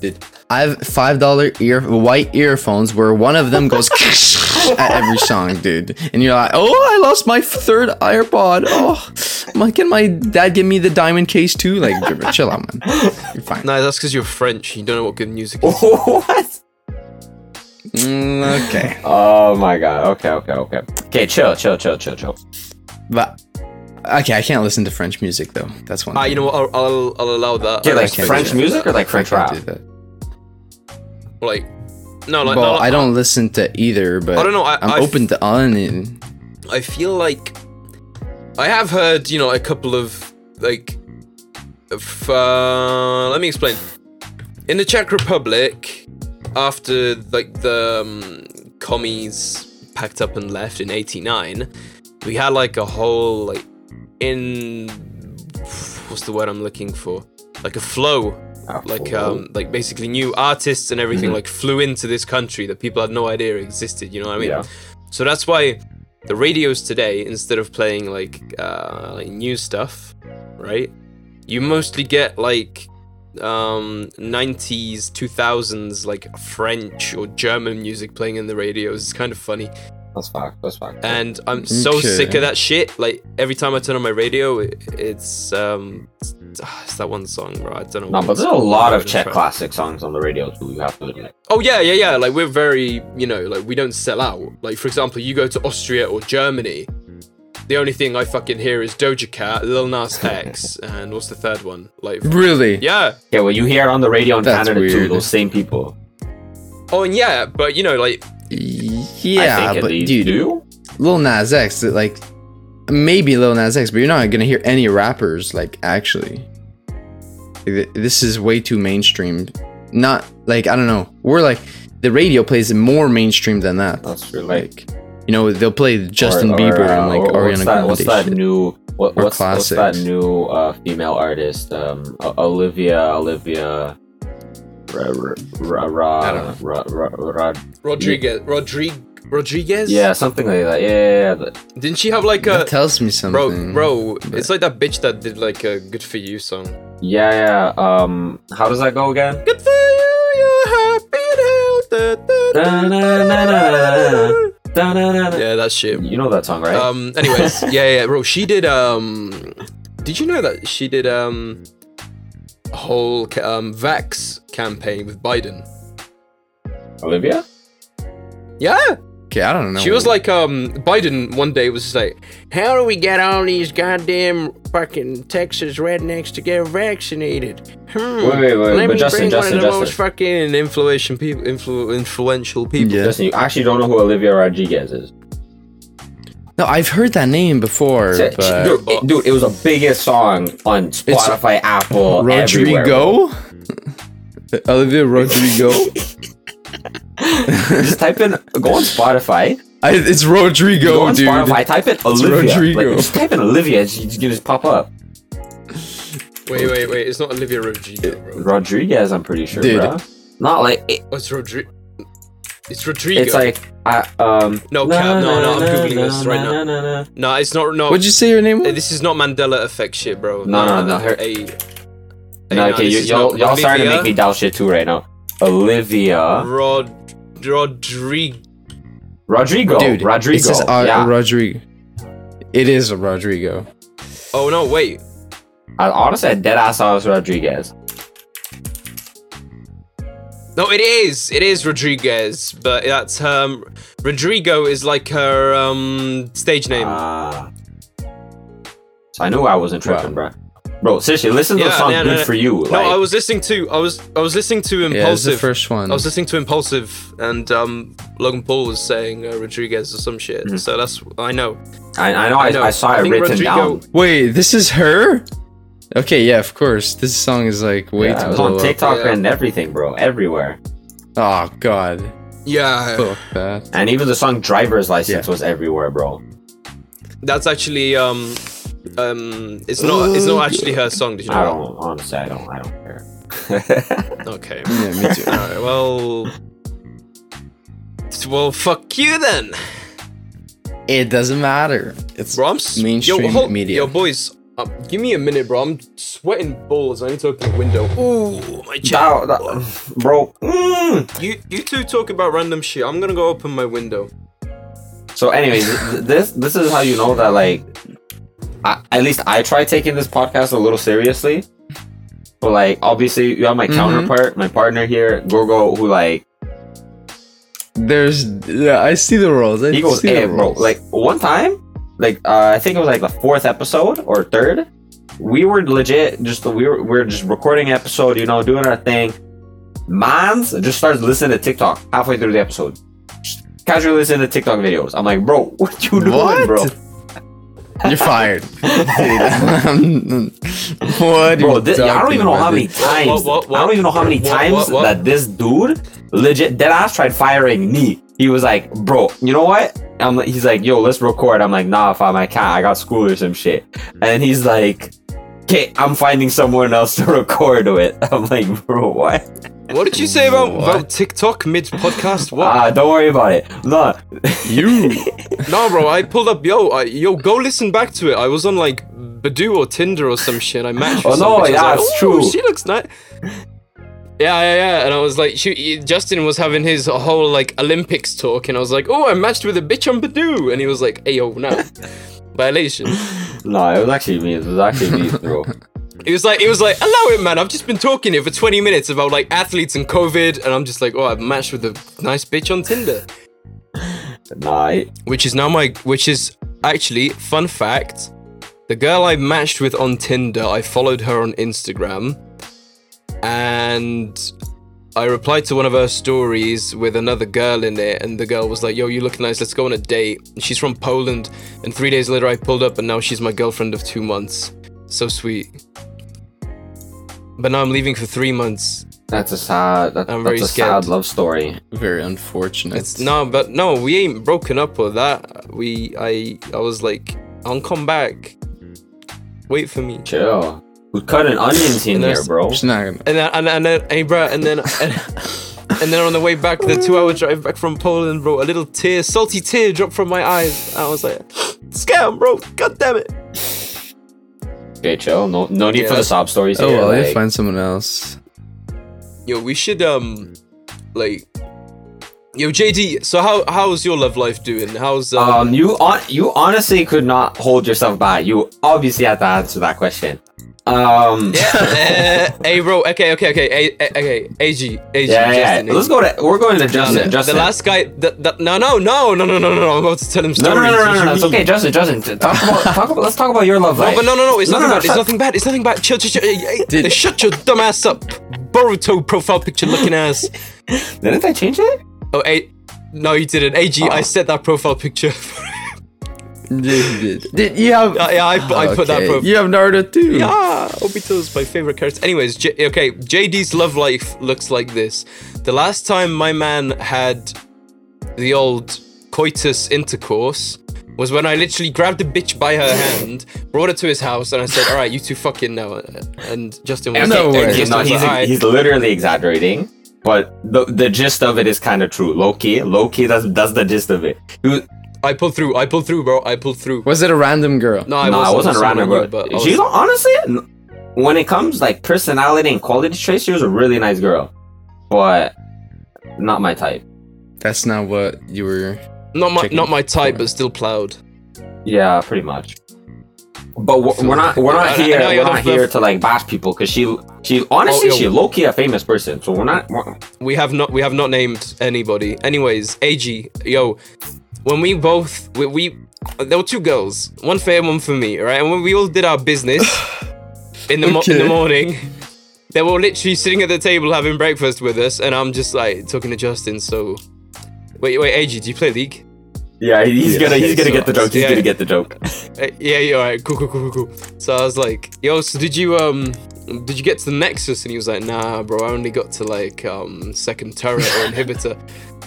S3: Dude, I have five dollar ear white earphones where one of them goes at every song, dude. And you're like, oh, I lost my third AirPod. Oh, my, can my dad give me the diamond case too? Like, chill out, man. You're fine.
S2: No, that's because you're French. You don't know what good music
S1: Oh.
S2: is.
S1: what
S3: Mm, okay,
S1: oh my god okay okay okay okay chill chill chill chill chill
S3: but okay, I can't listen to French music though. That's one.
S2: Ah, you know what? I'll, I'll, I'll allow that.
S1: Okay,
S2: I
S1: like
S2: respect
S1: French
S2: it.
S1: music or like French rap?
S3: Do that.
S2: Like, no, like,
S3: well,
S2: no,
S3: I don't listen to either, but
S2: I don't know. I,
S3: I'm
S2: I f-
S3: open to on and
S2: I feel like I have heard, you know, a couple of like. F- uh, let me explain. In the Czech Republic, after like the um, commies packed up and left in '89, we had like a whole like in what's the word I'm looking for? Like a flow like um like basically new artists and
S1: Mm-hmm.
S2: everything like flew into this country that people had no idea existed you know what i mean
S1: Yeah.
S2: so that's why the radios today instead of playing like uh like new stuff right you mostly get like um 90s 2000s like french or german music playing in the radios it's kind of funny
S1: that's fucked. That's fucked.
S2: and i'm so
S3: Okay.
S2: sick of that shit like every time i turn on my radio it, it's um it's, ah, it's that one song bro i don't know
S1: No,
S2: what
S1: but
S2: it's
S1: there's a
S2: called.
S1: lot of
S2: It's
S1: Czech
S2: right.
S1: classic songs on the radio too. You have to admit.
S2: Oh yeah, yeah, yeah. Like we're very, you know, like we don't sell out. Like for example, you go to Austria or Germany, the only thing I fucking hear is Doja Cat, Lil Nas X, and what's the third one? Like
S3: really.
S2: yeah.
S1: Okay, well you hear it on the radio in
S3: That's
S1: Canada too.
S3: weird.
S1: Those same people.
S2: Oh and yeah, but you know, like
S1: I
S3: Yeah,
S1: think at
S3: but
S1: least.
S3: dude,
S1: do you?
S3: Lil Nas X, like maybe Lil Nas X, but you're not gonna hear any rappers like actually. Th- This is way too mainstream. Not like I don't know. We're like the radio plays more mainstream than that.
S1: That's true. Like
S3: Like you know they'll play Justin
S1: or- or,
S3: Bieber
S1: uh,
S3: and like
S1: or-
S3: Ariana
S1: what's that, What's
S3: Grande.
S1: that
S3: shit.
S1: new? What,
S3: Or
S1: what's, what's that
S3: classics.
S1: new uh, female artist? Um, O- Olivia, Olivia, Ra, Ra, Ra,
S2: I
S1: Ra,
S2: don't
S1: Ra, Ra, Ra,
S2: Rodriguez. Rodrigue. Rodriguez.
S1: yeah, something like that. Yeah, yeah, yeah.
S2: Didn't she have like a
S3: That tells me
S2: bro?
S3: something.
S2: Bro,
S3: but-
S2: it's like that bitch that did like a "Good for You" song.
S1: yeah, yeah. Um, how does that go again?
S2: Good for you, you're happy and
S1: Da-na-na-na-na-na. Da-na-na-na.
S2: Yeah, that shit.
S1: You know that song, right?
S2: Um. Anyways, yeah, yeah, bro. She did. Um. Did you know that she did um a whole ca- um vax campaign with Biden?
S1: Olivia.
S2: Yeah.
S3: Okay, I don't know.
S2: She was like um Biden one day was just like, how do we get all these goddamn fucking Texas rednecks to get vaccinated? Hmm.
S1: Wait, wait, wait,
S2: Let
S1: but
S2: me
S1: Justin,
S2: bring
S1: Justin,
S2: one of the
S1: Justin.
S2: most fucking influential people, influ- influential people.
S3: Yeah.
S1: Listen, you actually don't know who Olivia Rodriguez is.
S3: no, I've heard that name before,
S1: Dude,
S3: but
S1: it, dude, it was a biggest song on Spotify, Apple, everywhere.
S3: Rodrigo. Olivia Rodrigo.
S1: Just type in, go on Spotify.
S3: I, it's
S1: Go
S3: Rodrigo,
S1: on
S3: dude.
S1: Spotify. Type in Olivia.
S3: Rodrigo.
S1: Like, just type in Olivia. It's it's gonna just pop up.
S2: Wait, wait, wait. It's not Olivia Rodrigo, bro.
S1: Rodriguez, I'm pretty sure,
S3: Dude.
S1: bro. Not like it-
S2: Oh, it's Rodrigo. It's Rodrigo.
S1: it's like I um.
S2: No, Cap, no, no, I'm Googling this right now.
S1: now.
S2: no, it's not. No,
S3: What'd you say your name
S2: Hey,
S3: was?
S2: this is not Mandela effect shit, bro.
S1: No, no, no, her-
S2: Hey, hey,
S1: No, okay,
S2: this
S1: you,
S2: is
S1: y'all,
S2: not
S1: y'all starting to
S2: Olivia
S1: make me doubt shit too right now. Olivia
S2: Rod, Rodrigo.
S1: Rodrigo,
S3: dude,
S1: Rodrigo.
S3: It says uh,
S1: yeah,
S3: Rodrigo. It is a Rodrigo.
S2: Oh no, wait.
S1: I honestly, I dead ass thought it was Rodriguez.
S2: No, it is. It is Rodriguez, but that's um. Rodrigo is like her um stage name.
S1: Ah. so I knew I wasn't tripping, bro. Bro, seriously, listen to the
S2: Yeah,
S1: song
S2: no, no,
S1: "Good
S2: no.
S1: for You." Like,
S2: no, I was listening to. I was. I was listening to
S3: Yeah, it's the
S2: Impulsive.
S3: first one.
S1: Oh,
S2: I was listening to Impulsive, and um, Logan Paul was saying uh, Rodriguez or some shit. So that's I know.
S1: I, I know, Mm-hmm. I,
S2: know.
S1: I saw
S2: I
S1: it
S2: think
S1: written
S2: Rodrigo-
S1: down.
S3: Wait, this is her? Okay, yeah, of course. This song is like way
S1: Yeah, it
S3: too
S1: was
S3: low.
S1: on
S3: up.
S1: TikTok
S2: Yeah.
S1: and everything, bro, everywhere.
S3: Oh god.
S2: Yeah.
S3: Fuck that.
S1: And even the song "Driver's License"
S3: Yeah.
S1: was everywhere, bro.
S2: That's actually um um it's not it's not actually her song, did you
S1: I
S2: know?
S1: don't, honestly, I don't, I don't care.
S2: that? Okay.
S3: Yeah, me too.
S2: Alright, well Well fuck you then.
S3: It doesn't matter. It's
S2: Bro, I'm s-
S3: Mainstream
S2: yo, hold-
S3: media.
S2: Yo boys, uh, give me a minute, bro. I'm sweating balls. I need to open the window. Ooh, my chin.
S1: That- that- bro. mm.
S2: You you two talk about random shit. I'm gonna go open my window.
S1: So, anyways, th- this this is how you know that like, I, at least I try taking this podcast a little seriously. But like, obviously, you have my
S3: Mhm.
S1: counterpart, my partner here, Gorgo, who like
S3: There's yeah, I see the rules. I
S1: he goes,
S3: see the
S1: "Hey, bro!"
S3: rules."
S1: Like one time, like uh, I think it was like the fourth episode or third. We were legit just we were, we were just recording an episode, you know, doing our thing. Mans just starts listening to TikTok halfway through the episode. Just casually listening to TikTok videos. I'm like, bro, what you doing,
S3: What?
S1: bro?
S3: you're fired. what?
S1: Bro, thi- I don't even know how many times.
S2: What, what, what?
S1: I don't even know how many
S2: What,
S1: times
S2: what, what?
S1: that this dude legit dead ass tried firing me. He was like, "Bro, you know what?" I'm like, he's like, "Yo, let's record." I'm like, "Nah, fam, I can't. I got school or some shit." And he's like, "Okay, I'm finding someone else to record with." I'm like, "Bro, what?"
S2: What did you say about,
S3: What?
S2: about TikTok mid podcast? What?
S1: Ah, don't worry about it. No,
S3: You
S2: No, bro, I pulled up. Yo, I, yo, go listen back to it. I was on like Badoo or Tinder or some shit. I matched. with
S1: Oh, no,
S2: somebody. I was
S1: yeah,
S2: like,
S1: it's
S2: "Ooh,
S1: true."
S2: She looks nice. Yeah, yeah, yeah. And I was like, shoot, y- Justin was having his whole like Olympics talk, and I was like, oh, I matched with a bitch on Badoo, and he was like, hey, yo, no. Violation.
S1: no, it was actually me. It was actually me, bro.
S2: It was like, it was like, allow it, man. I've just been talking here for 20 minutes about like athletes and COVID, and I'm just like, oh, I've matched with a nice bitch on Tinder.
S1: Nah, it-
S2: which is now my which is actually fun fact the girl i matched with on tinder i followed her on instagram and i replied to one of her stories with another girl in it and the girl was like yo you look nice let's go on a date And she's from poland and three days later i pulled up and now she's my girlfriend of two months so sweet but now i'm leaving for three months
S1: that's a sad. That,
S2: I'm
S1: that's
S2: very
S1: a
S2: scared.
S1: sad love story.
S3: very unfortunate.
S2: It's no, but no, we ain't broken up or that. We, I, I was like, I'll come back. Wait for me.
S1: Chill. We're cutting onions in
S2: And
S1: here,
S2: there's-
S1: bro.
S3: It's not gonna.
S2: And then, and, and then, hey, bro, and then, and, and then on the way back, the two-hour drive back from Poland, bro, a little tear, salty tear dropped from my eyes. I was like, scam, bro. God damn it.
S1: Okay, chill. No, no need
S2: Yeah,
S1: for the
S2: that's-
S1: sob stories
S3: Oh
S1: here.
S3: well, they
S1: like-
S3: find someone else.
S2: Yo, we should um, like, yo, JD. So how how's your love life doing? How's um,
S1: Um, you on you honestly could not hold yourself back. You obviously have to answer that question. Um, yeah,
S2: yeah, uh, hey, bro. Okay, okay, okay. A, A- okay, AG, AG.
S1: yeah.
S2: Justin, AG.
S1: Let's go to we're going to Justin.
S2: the,
S1: Justin.
S2: the last guy. The, the, no, no, no, no, no, no, no, no. I'm about to tell him
S1: no,
S2: stories.
S1: no, no, no, no,
S2: What do
S1: no,
S2: you
S1: no. It's
S2: mean?
S1: okay, Justin. Justin, t- talk about, talk about, let's talk about your love
S2: No,
S1: life.
S2: Oh, but no, no, no. It's
S1: No,
S2: nothing
S1: no, no,
S2: bad. It's
S1: shut-
S2: nothing bad. It's nothing bad. Chill, chill, chill. Hey, hey,
S3: Did-
S2: Shut your dumb ass up, Boruto profile picture looking ass.
S1: Didn't I change it?
S2: Oh, A. No, you didn't. AG,
S1: Oh.
S2: I set that profile picture.
S3: Did, did you have?
S2: yeah, I, I put that
S3: Okay,
S2: profile.
S3: You have Naruto too.
S2: Yeah, Ah, Obito is my favorite character. Anyways, J- okay, JD's love life looks like this. The last time my man had the old coitus intercourse was when I literally grabbed a bitch by her hand, brought her to his house, and I said, "All right, you two fucking now." And Justin was
S3: No
S2: like,
S3: way.
S2: Justin
S1: he's, not,
S2: was
S1: he's,
S2: like, "All right."
S1: he's literally exaggerating, but the the gist of it is kind of true. Low key, low key. That's that's the gist of it. He was-
S2: I pulled through. I pulled through, bro. I pulled through.
S3: Was it a random girl?
S2: No, I
S1: nah,
S2: wasn't,
S1: I wasn't
S2: someone
S1: around
S2: I
S1: her,
S2: knew,
S1: but
S2: I was-
S1: she's honestly, n- when it comes like personality and quality traits, she was a really nice girl, but not my type.
S3: That's not what you were.
S2: not my
S3: chicken.
S2: not my type, but still plowed.
S1: Yeah, pretty much. But we're, we're not we're
S2: I- I
S1: not
S2: know
S1: here
S2: you
S1: we're
S2: love
S1: not here
S2: love.
S1: to like bash people because she she honestly
S2: Oh, yo.
S1: she low key a famous person, so we're not. We're,
S2: We have not we have not named anybody. Anyways, AG, yo, when we both we, we there were two girls, one for him, one for me, right? And when we all did our business in the, mo- in the
S3: Okay.
S2: morning, they were literally sitting at the table having breakfast with us, and I'm just like talking to Justin. So, wait, wait, AG, do you play League?
S1: yeah, he's
S3: Yeah,
S1: gonna
S3: okay,
S1: he's gonna
S3: so-
S1: get the joke. He's
S2: yeah.
S1: gonna get the joke.
S2: Uh, yeah, yeah, alright, cool, cool, cool, cool, cool. So I was like, yo, so did you um did you get to the Nexus? And he was like, nah, bro, I only got to like um second turret or inhibitor.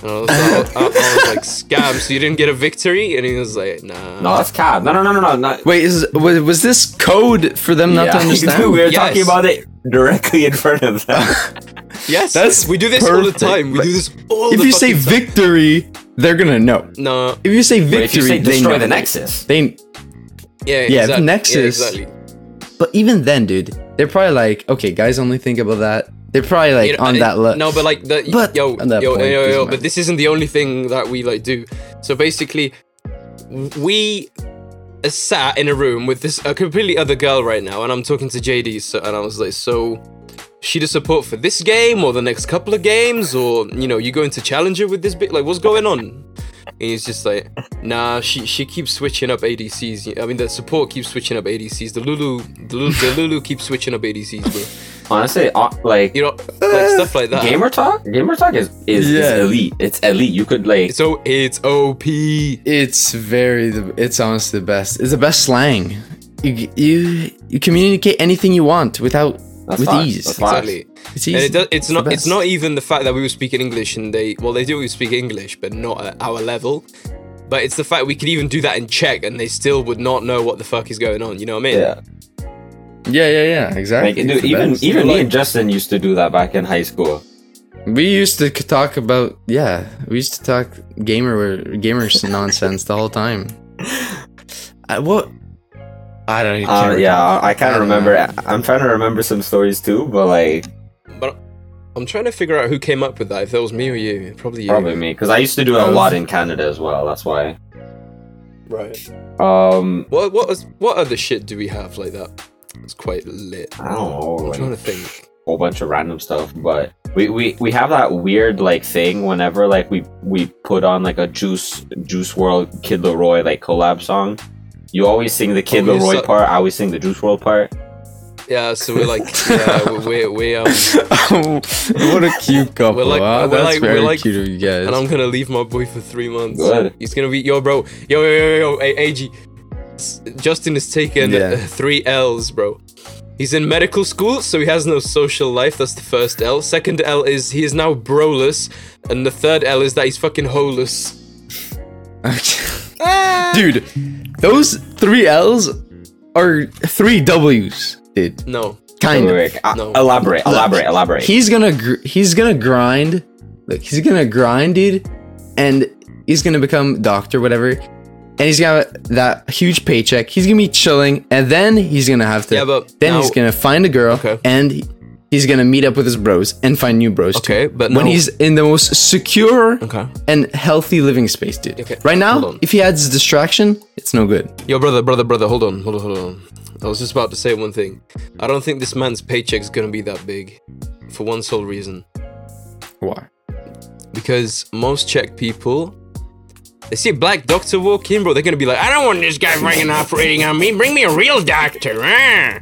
S2: And I was, like, I, I was like, scam, so you didn't get a victory? And he was like, nah.
S1: No, that's cab. No, no, no, no, no. Not,
S3: Wait, is was, was this code for them not to
S1: Yeah,
S3: understand?
S1: we were
S2: Yes.
S1: talking about it directly in front of them.
S2: Yes,
S3: That's
S2: we do this all the
S3: perfect,
S2: time. We
S3: but
S2: do this all
S3: if
S2: the
S3: you say
S2: fucking time.
S3: victory, they're gonna know.
S2: No,
S3: If you say victory,
S1: if you say destroy
S3: they know.
S1: the Nexus,
S3: They,
S2: yeah,
S3: Yeah,
S2: exactly.
S3: Nexus.
S2: exactly.
S3: but even then, dude, they're probably like, okay, guys, only think about that. They're probably like
S2: You know,
S3: on
S2: it-
S3: that level.
S2: No, but like the
S3: But
S2: yo
S3: at that
S2: yo yo,
S3: point, it
S2: yo
S3: doesn't
S2: but this isn't the only thing that we like do. So basically, we sat in a room with this a completely other girl right now, and I'm talking to JD, so, and I was like, so. She the support for this game or the next couple of games or you know you going to challenge her with this bit like what's going on? And he's just like, nah. She she keeps switching up ADCs. I mean the support keeps switching up ADCs. The Lulu the Lulu, the Lulu keeps switching up ADCs, bro.
S1: honestly, uh, like
S2: You know like stuff like that.
S1: gamer talk, gamer talk is is,
S3: Yeah.
S1: is elite. It's elite. You could like
S2: It's o- it's OP.
S3: It's very. the- It's honestly the best. It's the best slang. You you you communicate anything you want without
S1: That's
S3: with
S1: facts.
S3: ease.
S1: That's facts.
S2: Exactly.
S3: It's
S2: And
S3: easy.
S2: it does, it's
S3: the
S2: not it's
S3: best.
S2: not even the fact that we were speaking English and they well they do speak English but not at our level. But it's the fact we could even do that in Czech and they still would not know what the fuck is going on. You know what I mean?
S1: yeah.
S3: Yeah, yeah, yeah. Exactly.
S1: Like
S3: It's
S1: dude,
S3: the
S1: even e-
S3: best.
S1: even me
S2: Like-
S1: and Justin used to do that back in high school.
S3: We used to c- talk about yeah. We used to talk gamer gamers nonsense the whole time. I, what? I don't even.
S1: Uh,
S3: can't
S1: yeah, I- I kind
S3: I
S1: of
S3: don't
S1: remember.
S3: know.
S1: I'm trying to remember some stories too, but like
S2: But I'm trying to figure out who came up with that. If that was me or you, probably you.
S1: probably me because I used to do it
S3: I
S1: a
S3: was-
S1: lot in Canada as well. That's why.
S2: Right.
S1: Um,
S2: What what is, what other shit do we have like that? It's quite lit.
S1: I don't know.
S2: I'm
S1: like-
S2: trying to think.
S1: whole bunch of random stuff but we, we we have that weird like thing whenever like we we put on like a juice juice world kid leroy like collab song you always sing the kid
S2: Oh, you
S1: leroy
S2: suck.
S1: part i always sing the juice world part
S2: Yeah. So we're like yeah we're we're um,
S3: what a cute couple!
S2: We're like-
S3: wow,
S2: we're
S3: that's
S2: like- we're
S3: very
S2: like-
S3: cute of you guys.
S2: and I'm gonna leave my boy for three months.
S1: Good.
S2: He's gonna be yo, bro. Yo, yo, yo, yo, A- AG. S- Justin has taken
S3: Yeah.
S2: uh, three L's, bro. He's in medical school, so he has no social life. That's the first L. Second L is he is now broless, and the third L is that he's fucking holeless.
S3: Dude, those three L's or three W's, dude.
S2: No.
S3: Kind of.
S1: Wait, wait, uh,
S2: No.
S1: Elaborate, elaborate, elaborate.
S3: He's gonna gr- he's gonna grind. Look, he's gonna grind, dude, and he's gonna become doctor, whatever. And he's got that huge paycheck. He's gonna be chilling, and then he's gonna have to.
S2: Yeah, but
S3: then
S2: now-
S3: he's gonna find a girl,
S2: Okay.
S3: and he- he's gonna meet up with his bros and find new bros. too.
S2: Okay, but
S3: when
S2: now-
S3: he's in the most secure
S2: Okay.
S3: and healthy living space, dude.
S2: Okay,
S3: Right
S2: hold
S3: now,
S2: on.
S3: if he adds distraction, it's no good.
S2: Yo, brother, brother, brother, hold on, hold on, hold on. I was just about to say one thing. I don't think this man's paycheck's gonna be that big. For one sole reason.
S3: Why?
S2: Because most Czech people, they see a black doctor walk in, bro, they're gonna be like, I don't want this guy fucking operating on me. Bring me a real doctor. ah."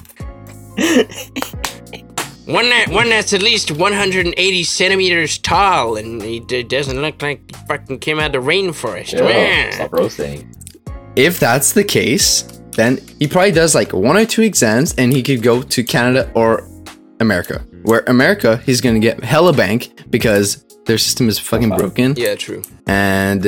S2: One that one that's at least 180 centimeters tall, and he d- doesn't look like he fucking came out of the rainforest.
S1: Yeah,
S2: ah."
S1: stop roasting.
S3: If that's the case, then he probably does like one or two exams and he could go to Canada or America. Where America, he's gonna get hella bank because their system is fucking broken
S2: Yeah, true.
S3: and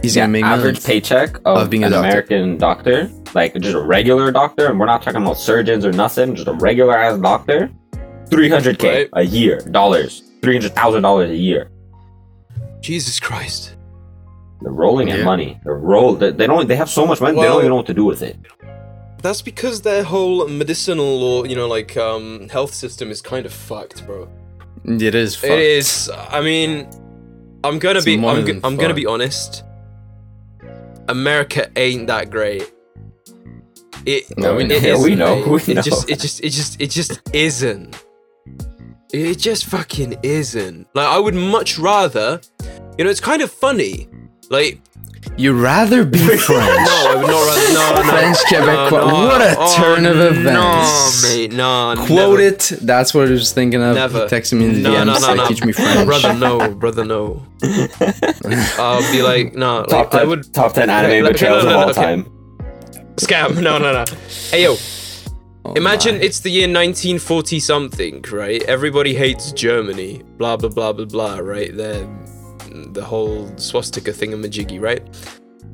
S3: he's
S1: Yeah,
S3: gonna make
S1: average
S3: millions.
S1: paycheck of,
S3: Of being a
S1: an
S3: doctor.
S1: American doctor, like just a regular doctor, and we're not talking about surgeons or nothing, just a regular ass doctor. Three hundred k
S2: Right.
S1: a year, dollars, three hundred thousand dollars a year.
S2: Jesus Christ.
S1: They're rolling in
S3: Yeah.
S1: money. They're roll. They, they don't. They have so much money. they
S2: Well-
S1: don't even know what to do with it.
S2: That's because their whole medicinal or you know like um health system is kind of fucked, bro.
S3: It is fucked.
S2: It is. I mean, I'm gonna
S3: It's
S2: be.
S3: more
S2: I'm, go-
S3: than
S2: I'm gonna
S3: fucked.
S2: be honest. America ain't that great. It.
S3: No, we know.
S2: It
S1: Yeah, we
S2: isn't,
S1: know,
S2: mate.
S1: we
S2: it just.
S1: know.
S2: It just. It just. It just isn't. It just fucking isn't. Like I would much rather. You know, it's kind of funny. Like
S3: You rather be French.
S2: no, I would not rather. No, no, no.
S3: French Quebecois. What a turn of events.
S2: No, mate. No.
S3: Quote
S2: never.
S3: it. That's what I was thinking of.
S2: Never.
S3: He texted me in the
S2: No,
S3: DMs
S2: no, no,
S3: like,
S2: no.
S3: teach me French.
S2: Brother, no, brother, no. I'll be like, no,
S1: Top
S2: like,
S1: ten,
S2: I would
S1: top ten
S2: Okay,
S1: anime
S2: okay,
S1: betrayals
S2: no,
S1: of
S2: no,
S1: all
S2: okay.
S1: time.
S2: scam. No, no, no. Hey, yo,
S3: Oh
S2: imagine
S3: my.
S2: it's the year 1940 something, right? Everybody hates Germany, blah, blah, blah, blah, blah, right? They're the whole swastika thingamajiggy, right?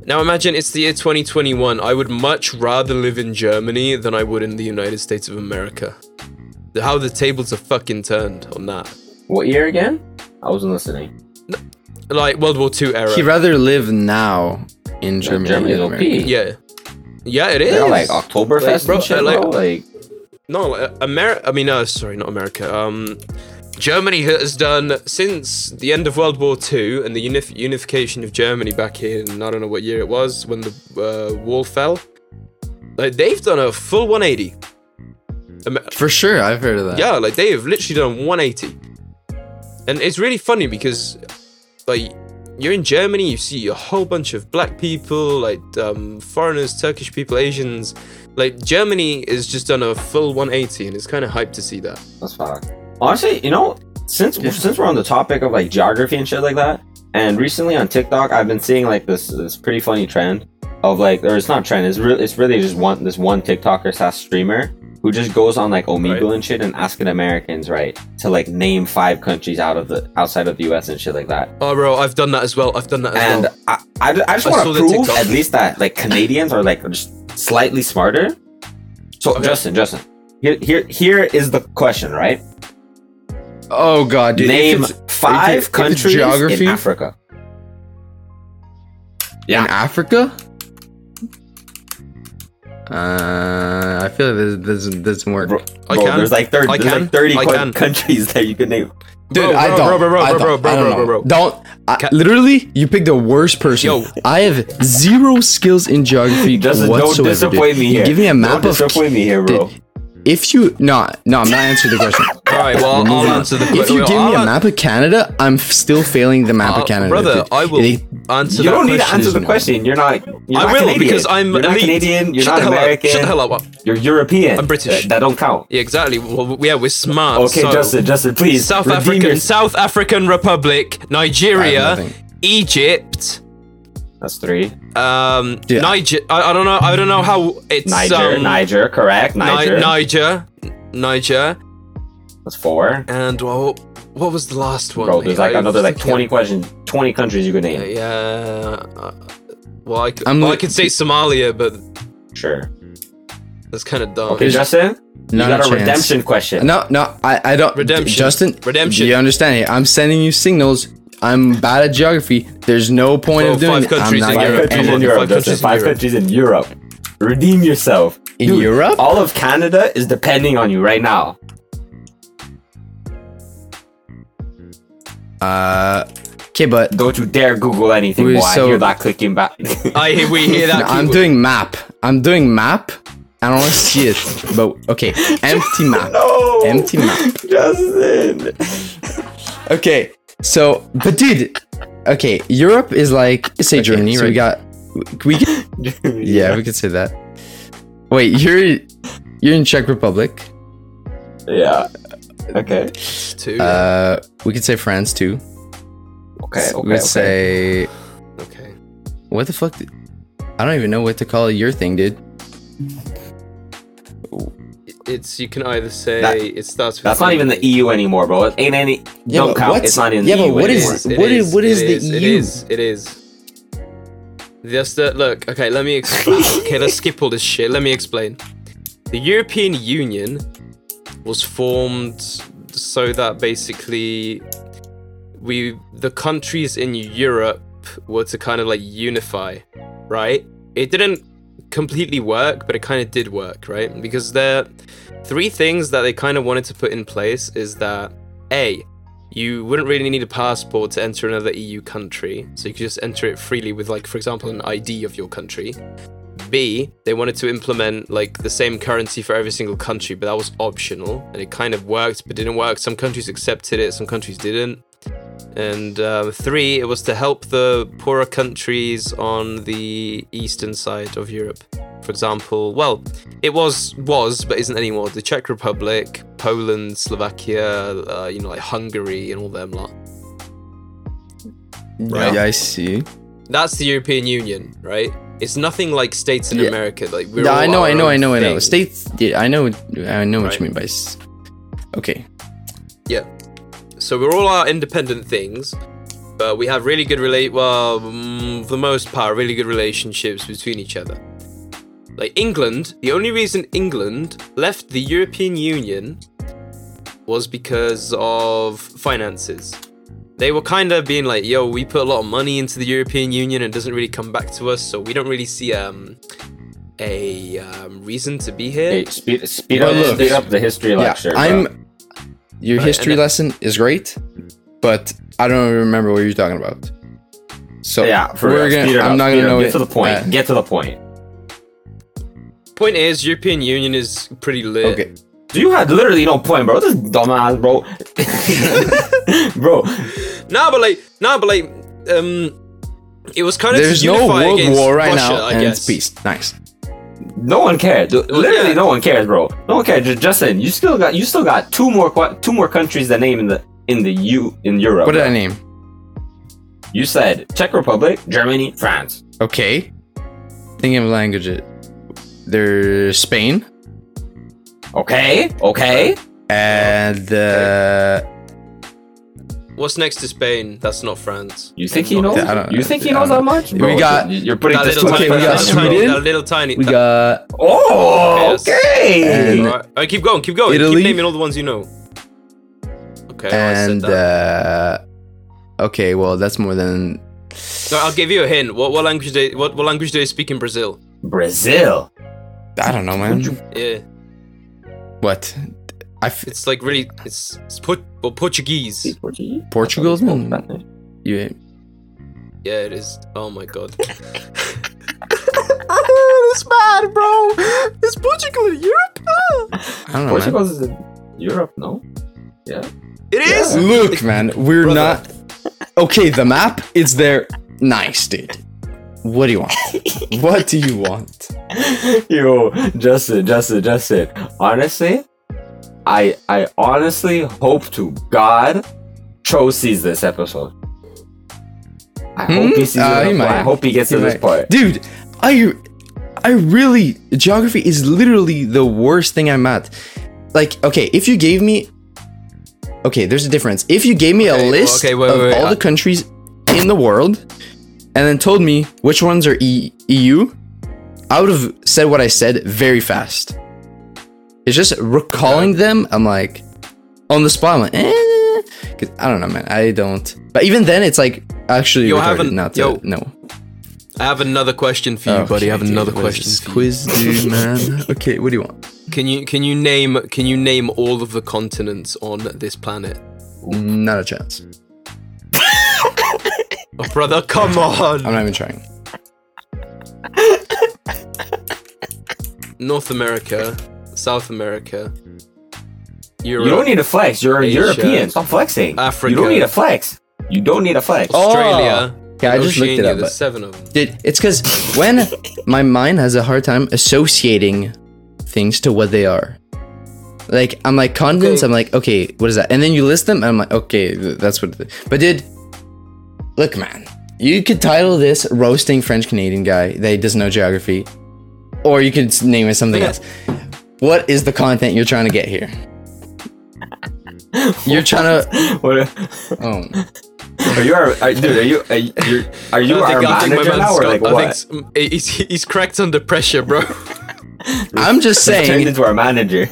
S2: Now imagine it's the year 2021. I would much rather live in Germany than I would in the United States of America. The- How the tables are fucking turned on that.
S1: What year again? I wasn't listening.
S2: Like World War II era.
S3: He'd rather live now in Germany.
S1: Germany's
S3: than
S1: OP.
S3: America.
S2: Yeah. Yeah, it
S1: They're
S2: is.
S1: like Oktoberfest
S2: Like, bro,
S1: and shit,
S2: like-
S1: bro. Like,
S2: No, America. I mean, no, sorry, not America. Um, Germany has done since the end of World War II and the unif- unification of Germany back in I don't know what year it was when the uh, wall fell. Like they've done a full 180. Amer-
S3: For sure, I've heard of that.
S2: yeah, like they have literally done 180. And it's really funny because, like, you're in Germany, you see a whole bunch of black people, like um, foreigners, Turkish people, Asians. Like, Germany has just done a full 180, and it's kind of hype to see that.
S1: That's fuck. Honestly, you know, since
S3: Yeah.
S1: since we're on the topic of like geography and shit like that, and recently on TikTok, I've been seeing like this this pretty funny trend of like, or it's not trend. It's really it's really just one this one TikToker slash streamer who just goes on like Omegle
S2: Right.
S1: and shit and asking Americans right to like name five countries out of the outside of the U.S. and shit like that.
S2: Oh, bro, I've done that as well. I've done that as
S1: And
S2: well.
S1: I, I, I just
S2: I
S1: want
S2: saw
S1: to
S2: the
S1: prove
S2: TikTok.
S1: at least that like Canadians are like just slightly smarter. So
S2: Okay.
S1: Justin, Justin, here here here is the question, right?
S3: Oh god, dude. if
S1: Name
S3: it's if
S1: five
S3: it's
S1: countries
S3: geography-
S1: in Africa.
S3: in Africa. Uh, I feel like this this doesn't work.
S1: Bro,
S2: I
S1: bro,
S2: can.
S1: There's like thirty.
S2: I
S1: There's
S2: can.
S1: like thirty
S2: I
S1: qu-
S2: can.
S1: countries that you can name.
S3: Dude,
S2: Bro,
S3: I
S2: bro,
S3: don't.
S2: Bro, bro, bro,
S3: I
S2: bro, bro,
S3: don't, I
S2: bro,
S3: don't
S2: bro,
S3: know.
S2: bro, bro.
S3: Don't. I,
S2: Ca-
S3: literally, you picked the worst person.
S2: Yo.
S3: I have zero skills in geography
S1: Justin,
S3: whatsoever.
S1: don't
S3: dude.
S1: disappoint me
S3: You
S1: here.
S3: Give me a map
S1: don't
S3: of.
S1: disappoint me here, bro.
S3: If you no no, I'm not answering the question.
S2: All right, well, I'll
S3: Moving on.
S2: answer the question.
S3: If you give me a map of Canada, I'm f- still failing the map
S2: Uh,
S3: of Canada.
S2: brother,
S3: dude.
S2: I will
S3: It-
S2: answer
S1: you
S2: that
S1: don't need to
S2: question.
S1: answer the
S3: no.
S1: question. You're not. You're
S2: I
S1: not
S2: will
S1: Canadian.
S2: because I'm
S1: You're not
S2: elite.
S1: Canadian. You're
S2: Shut
S1: not
S2: the hell up.
S1: American.
S2: Shut the hell up.
S1: You're European.
S2: I'm British.
S1: That, that don't count.
S2: Yeah, exactly. Well, yeah, we're smart.
S1: Okay,
S2: so-
S1: Justin, Justin, please.
S2: South
S1: redeem
S2: African,
S1: your-
S2: South African Republic,
S3: I
S2: Nigeria,
S3: have nothing.
S2: Egypt,
S1: That's three.
S2: um,
S3: Yeah.
S2: Niger. I, I don't know. I don't know how it's
S1: Niger,
S2: um,
S1: Niger, correct.
S2: Ni-
S1: Niger.
S2: Niger, Niger,
S1: That's four.
S2: and well, what was the last one?
S1: Bro, there's like
S2: I
S1: another like
S2: think-
S1: 20 question, 20 countries you can name.
S2: Yeah. uh, well, I could,
S3: I'm
S2: well, I
S3: look-
S2: could say Somalia, but
S1: Sure.
S2: That's kind of dumb.
S1: Okay,
S3: There's
S1: Justin, you
S3: Not
S1: got a
S3: chance.
S1: redemption question.
S3: No, no, I, I don't.
S2: Redemption.
S3: Justin,
S2: Redemption.
S3: Do you understand it? I'm sending you signals. I'm bad at geography. There's no point
S2: Oh,
S3: of
S2: five
S3: doing it. I'm
S2: countries
S3: not
S2: in
S1: Five
S3: gonna-
S2: Europe.
S1: countries
S2: Come
S1: in
S2: on,
S1: Europe,
S2: five
S1: Justin.
S2: countries in
S1: Five
S2: Europe.
S1: countries in Europe. Redeem yourself.
S3: In
S1: Dude,
S3: Europe?
S1: All of Canada is depending on you right now.
S3: Uh, okay, but
S1: Don't you dare Google anything.
S3: We're
S1: Boy, I
S3: so-
S1: hear that clicking back.
S2: I hear we hear that.
S3: I'm
S2: keyword.
S3: doing map. I'm doing map. I don't want to see it, but okay. Empty map.
S1: no,
S3: Oh, Empty map.
S1: Justin.
S3: Okay. So, but dude, okay. Europe is like say Germany,
S2: so
S3: right?
S2: we
S3: We got we can, yeah, we could say that. Wait, you're you're in Czech Republic.
S1: yeah. Okay.
S2: Two.
S3: Uh, we could say France too.
S1: Okay. Okay.
S3: we would
S1: okay.
S3: say
S2: okay.
S3: what the fuck? did- I don't even know what to call your thing, dude.
S2: It's you can either say
S1: That-
S2: it starts with. E.
S1: That's not even the E, EU anymore, bro. It ain't any.
S3: Yeah,
S1: don't
S3: but
S1: count.
S3: what's-
S1: It's not in
S3: yeah,
S1: the
S3: but
S1: EU
S3: what is-
S1: anymore.
S3: what is- what is
S2: it
S3: the
S2: It
S3: EU?
S2: is. It is. Just the, look. Okay, let me explain. okay, let's skip all this shit. Let me explain. The European Union was formed so that basically we the countries in Europe were to kind of like unify, right? It didn't completely work, but it kind of did work, right? Because there three things that they kind of wanted to put in place is that A, you wouldn't really need a passport to enter another EU country, so you could just enter it freely with like for example an ID of your country. B, they wanted to implement like the same currency for every single country, but that was optional and it kind of worked but didn't work. Some countries accepted it, some countries didn't. And um, three, it was to help the poorer countries on the eastern side of Europe. For example, well, it was was but isn't anymore. The Czech Republic, Poland, Slovakia, uh, you know, like Hungary and all them lot. Right.
S3: Yeah, I see.
S2: That's the European Union, right? It's nothing like states in
S3: Yeah.
S2: America. Like we're
S3: Yeah,
S2: all
S3: I know,
S2: our
S3: I know,
S2: own
S3: I know, I know.
S2: thing.
S3: States. Yeah, I know. I know what
S2: Right.
S3: you mean by. s- Okay.
S2: So we're all our independent things, but we have really good relate. Well, mm, for the most part, really good relationships between each other. Like England, the only reason England left the European Union was because of finances. They were kind of being like, "Yo, we put a lot of money into the European Union and it doesn't really come back to us, so we don't really see um a um, reason to be here."
S1: Hey, speed, speed,
S3: Well,
S1: up,
S3: look.
S1: speed up the history lecture.
S3: yeah,
S1: bro.
S3: I'm. Your
S2: Right,
S3: history
S2: and then-
S3: lesson is great, but I don't remember what you're talking about. So
S1: Yeah, for
S3: we're
S1: real.
S3: gonna.
S1: Speed it
S3: I'm
S1: up, speed
S3: not gonna
S1: it up.
S3: know
S1: Get
S3: it.
S1: to the point.
S3: Uh,
S1: Get to the point.
S2: Point is, European Union is pretty lit.
S3: okay.
S1: Do you have literally no point, bro? This is dumbass, bro. bro,
S2: Nah, but like, nah, but like, um, it was kind of
S3: There's
S2: to
S3: no
S2: unify
S3: world
S2: against
S3: war right
S2: Russia,
S3: now,
S2: I
S3: and
S2: guess.
S3: it's peace. Nice.
S1: no one cares. Dude,
S2: Well,
S1: Literally,
S2: yeah.
S1: no one cares, bro. No one cares. Ju- Justin, you still got you still got two more qu- two more countries that name in the in the U in Europe.
S3: What did
S1: bro.
S3: I name?
S1: you said Czech Republic, Germany, France.
S3: Okay. Thinking of languages. There's Spain
S1: Okay, okay.
S3: and uh,
S2: What's next to Spain? That's not France.
S1: You think he knows?
S3: I don't-
S1: You think he
S3: I
S1: knows that
S3: don't-
S1: much?
S3: We
S1: Bro,
S3: got-
S1: You're putting
S2: That
S1: this
S2: little,
S1: too
S3: okay,
S1: much
S2: tiny,
S3: we got
S2: that
S1: pressure on
S2: tiny,
S1: him, bro.
S3: Sweden.
S2: that little tiny.
S3: we
S2: that-
S3: got
S1: Oh,
S2: Yes.
S1: okay.
S3: And-
S2: Alright, alright, keep going, keep going.
S3: Italy.
S2: Keep naming all the ones you know. Okay, well,
S3: and
S2: I said that.
S3: uh, okay. Well, that's more than
S2: So I'll give you a hint. What what language they what, what language do they speak in Brazil?
S1: Brazil.
S3: I don't know, man.
S2: Yeah,
S3: What? I f-
S2: it's like really it's, it's put well, Portuguese.
S1: Portuguese.
S3: Portugal's man. You,
S2: Yeah, it is. Oh my god. it's bad, bro. It's Portugal in Europe.
S3: I don't know, man.
S1: Portugal's in Europe, no?
S2: It is.
S1: Yeah.
S3: Look, man, we're
S2: Brother.
S3: not. Okay, the map is there. Nice, dude. What do you want? what do you want?
S1: Yo, Justin, Justin, Justin. Honestly, I I honestly hope to God Cho sees this episode. I hope
S3: Hmm?
S1: he sees it.
S3: Uh, he might.
S1: I hope he gets to this
S3: Right.
S1: part.
S3: Dude, I I really geography is literally the worst thing I'm at. Like, okay, if you gave me Okay, there's a difference. If you gave me
S2: Okay,
S3: a
S2: well,
S3: list
S2: okay, wait,
S3: of
S2: wait, Uh, wait,
S3: all
S2: I-
S3: the countries in the world and then told me which ones are e- EU, E I would have said what I said very fast. It's just recalling them. I'm like, on the spot. I'm like, eh. 'Cause I don't know, man. I don't. But even then, it's like actually
S2: Yo, I
S3: retarded
S2: haven't-
S3: not to.
S2: yo.
S3: no.
S2: I have another question for you, buddy. I have
S3: Okay, Oh, dude,
S2: another
S3: what is this
S2: question. for you.
S3: Quiz, dude, man. Okay, what do you want?
S2: Can you can you name can you name all of the continents on this planet?
S3: Not a chance.
S2: Oh, brother, come
S3: I'm
S2: on.
S3: not even trying.
S2: North America, South America, Europe.
S1: You don't need to flex. You're
S2: Asia.
S1: European. Stop flexing.
S2: Africa.
S1: You don't need to flex. You don't need to flex.
S3: Oh,
S2: Australia.
S3: Yeah, I just looked it
S2: Oceania,
S3: up,
S2: There's
S3: but-
S2: seven of them.
S3: Dude, it's because when my mind has a hard time associating things to what they are. Like I'm like continents.
S2: Okay.
S3: I'm like okay, what is that? And then you list them, and I'm like okay, th- that's what. it- But dude, look, man, you could title this roasting French Canadian guy that doesn't know geography, or you could s- name it something else. What is the content you're trying to get here? You're trying to.
S1: What-
S3: Oh,
S1: are you, are, are, dude, are you, are you, are you
S2: I
S1: our
S2: think, I think my
S1: manager
S2: man
S1: now, or
S2: Scott,
S1: like
S2: I think
S1: what?
S2: s- he's, he's cracked under pressure, bro.
S3: I'm just
S1: He's turned
S3: saying.
S1: into our manager.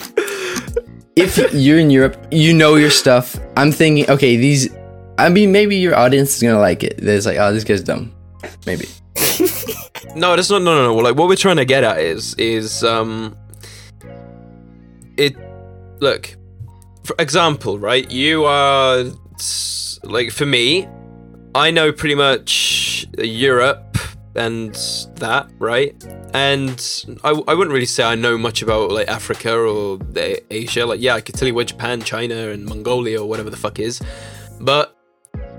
S3: if you're in Europe, you know your stuff. I'm thinking, okay, these. I mean, maybe your audience is gonna like it. There's like, oh, this guy's dumb. Maybe.
S2: No, that's not. No, no, no. Like what we're trying to get at is is um, it. Look, for example, right? You are s- like for me, I know pretty much Europe and that, right? And I, I wouldn't really say I know much about like Africa or the Asia. Like, yeah, I could tell you where Japan, China, and Mongolia or whatever the fuck is, but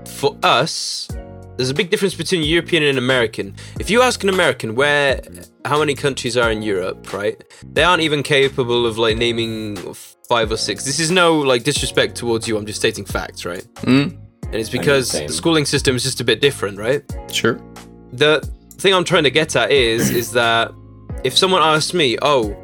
S2: for us, there's a big difference between European and American. If you ask an American where how many countries are in Europe, right? They aren't even capable of like naming five or six. This is no like disrespect towards you. I'm just stating facts, right?
S3: Mm,
S2: And it's because
S1: same.
S2: the schooling system is just a bit different, right?
S3: sure.
S2: the thing I'm trying to get at is is that if someone asked me, "Oh,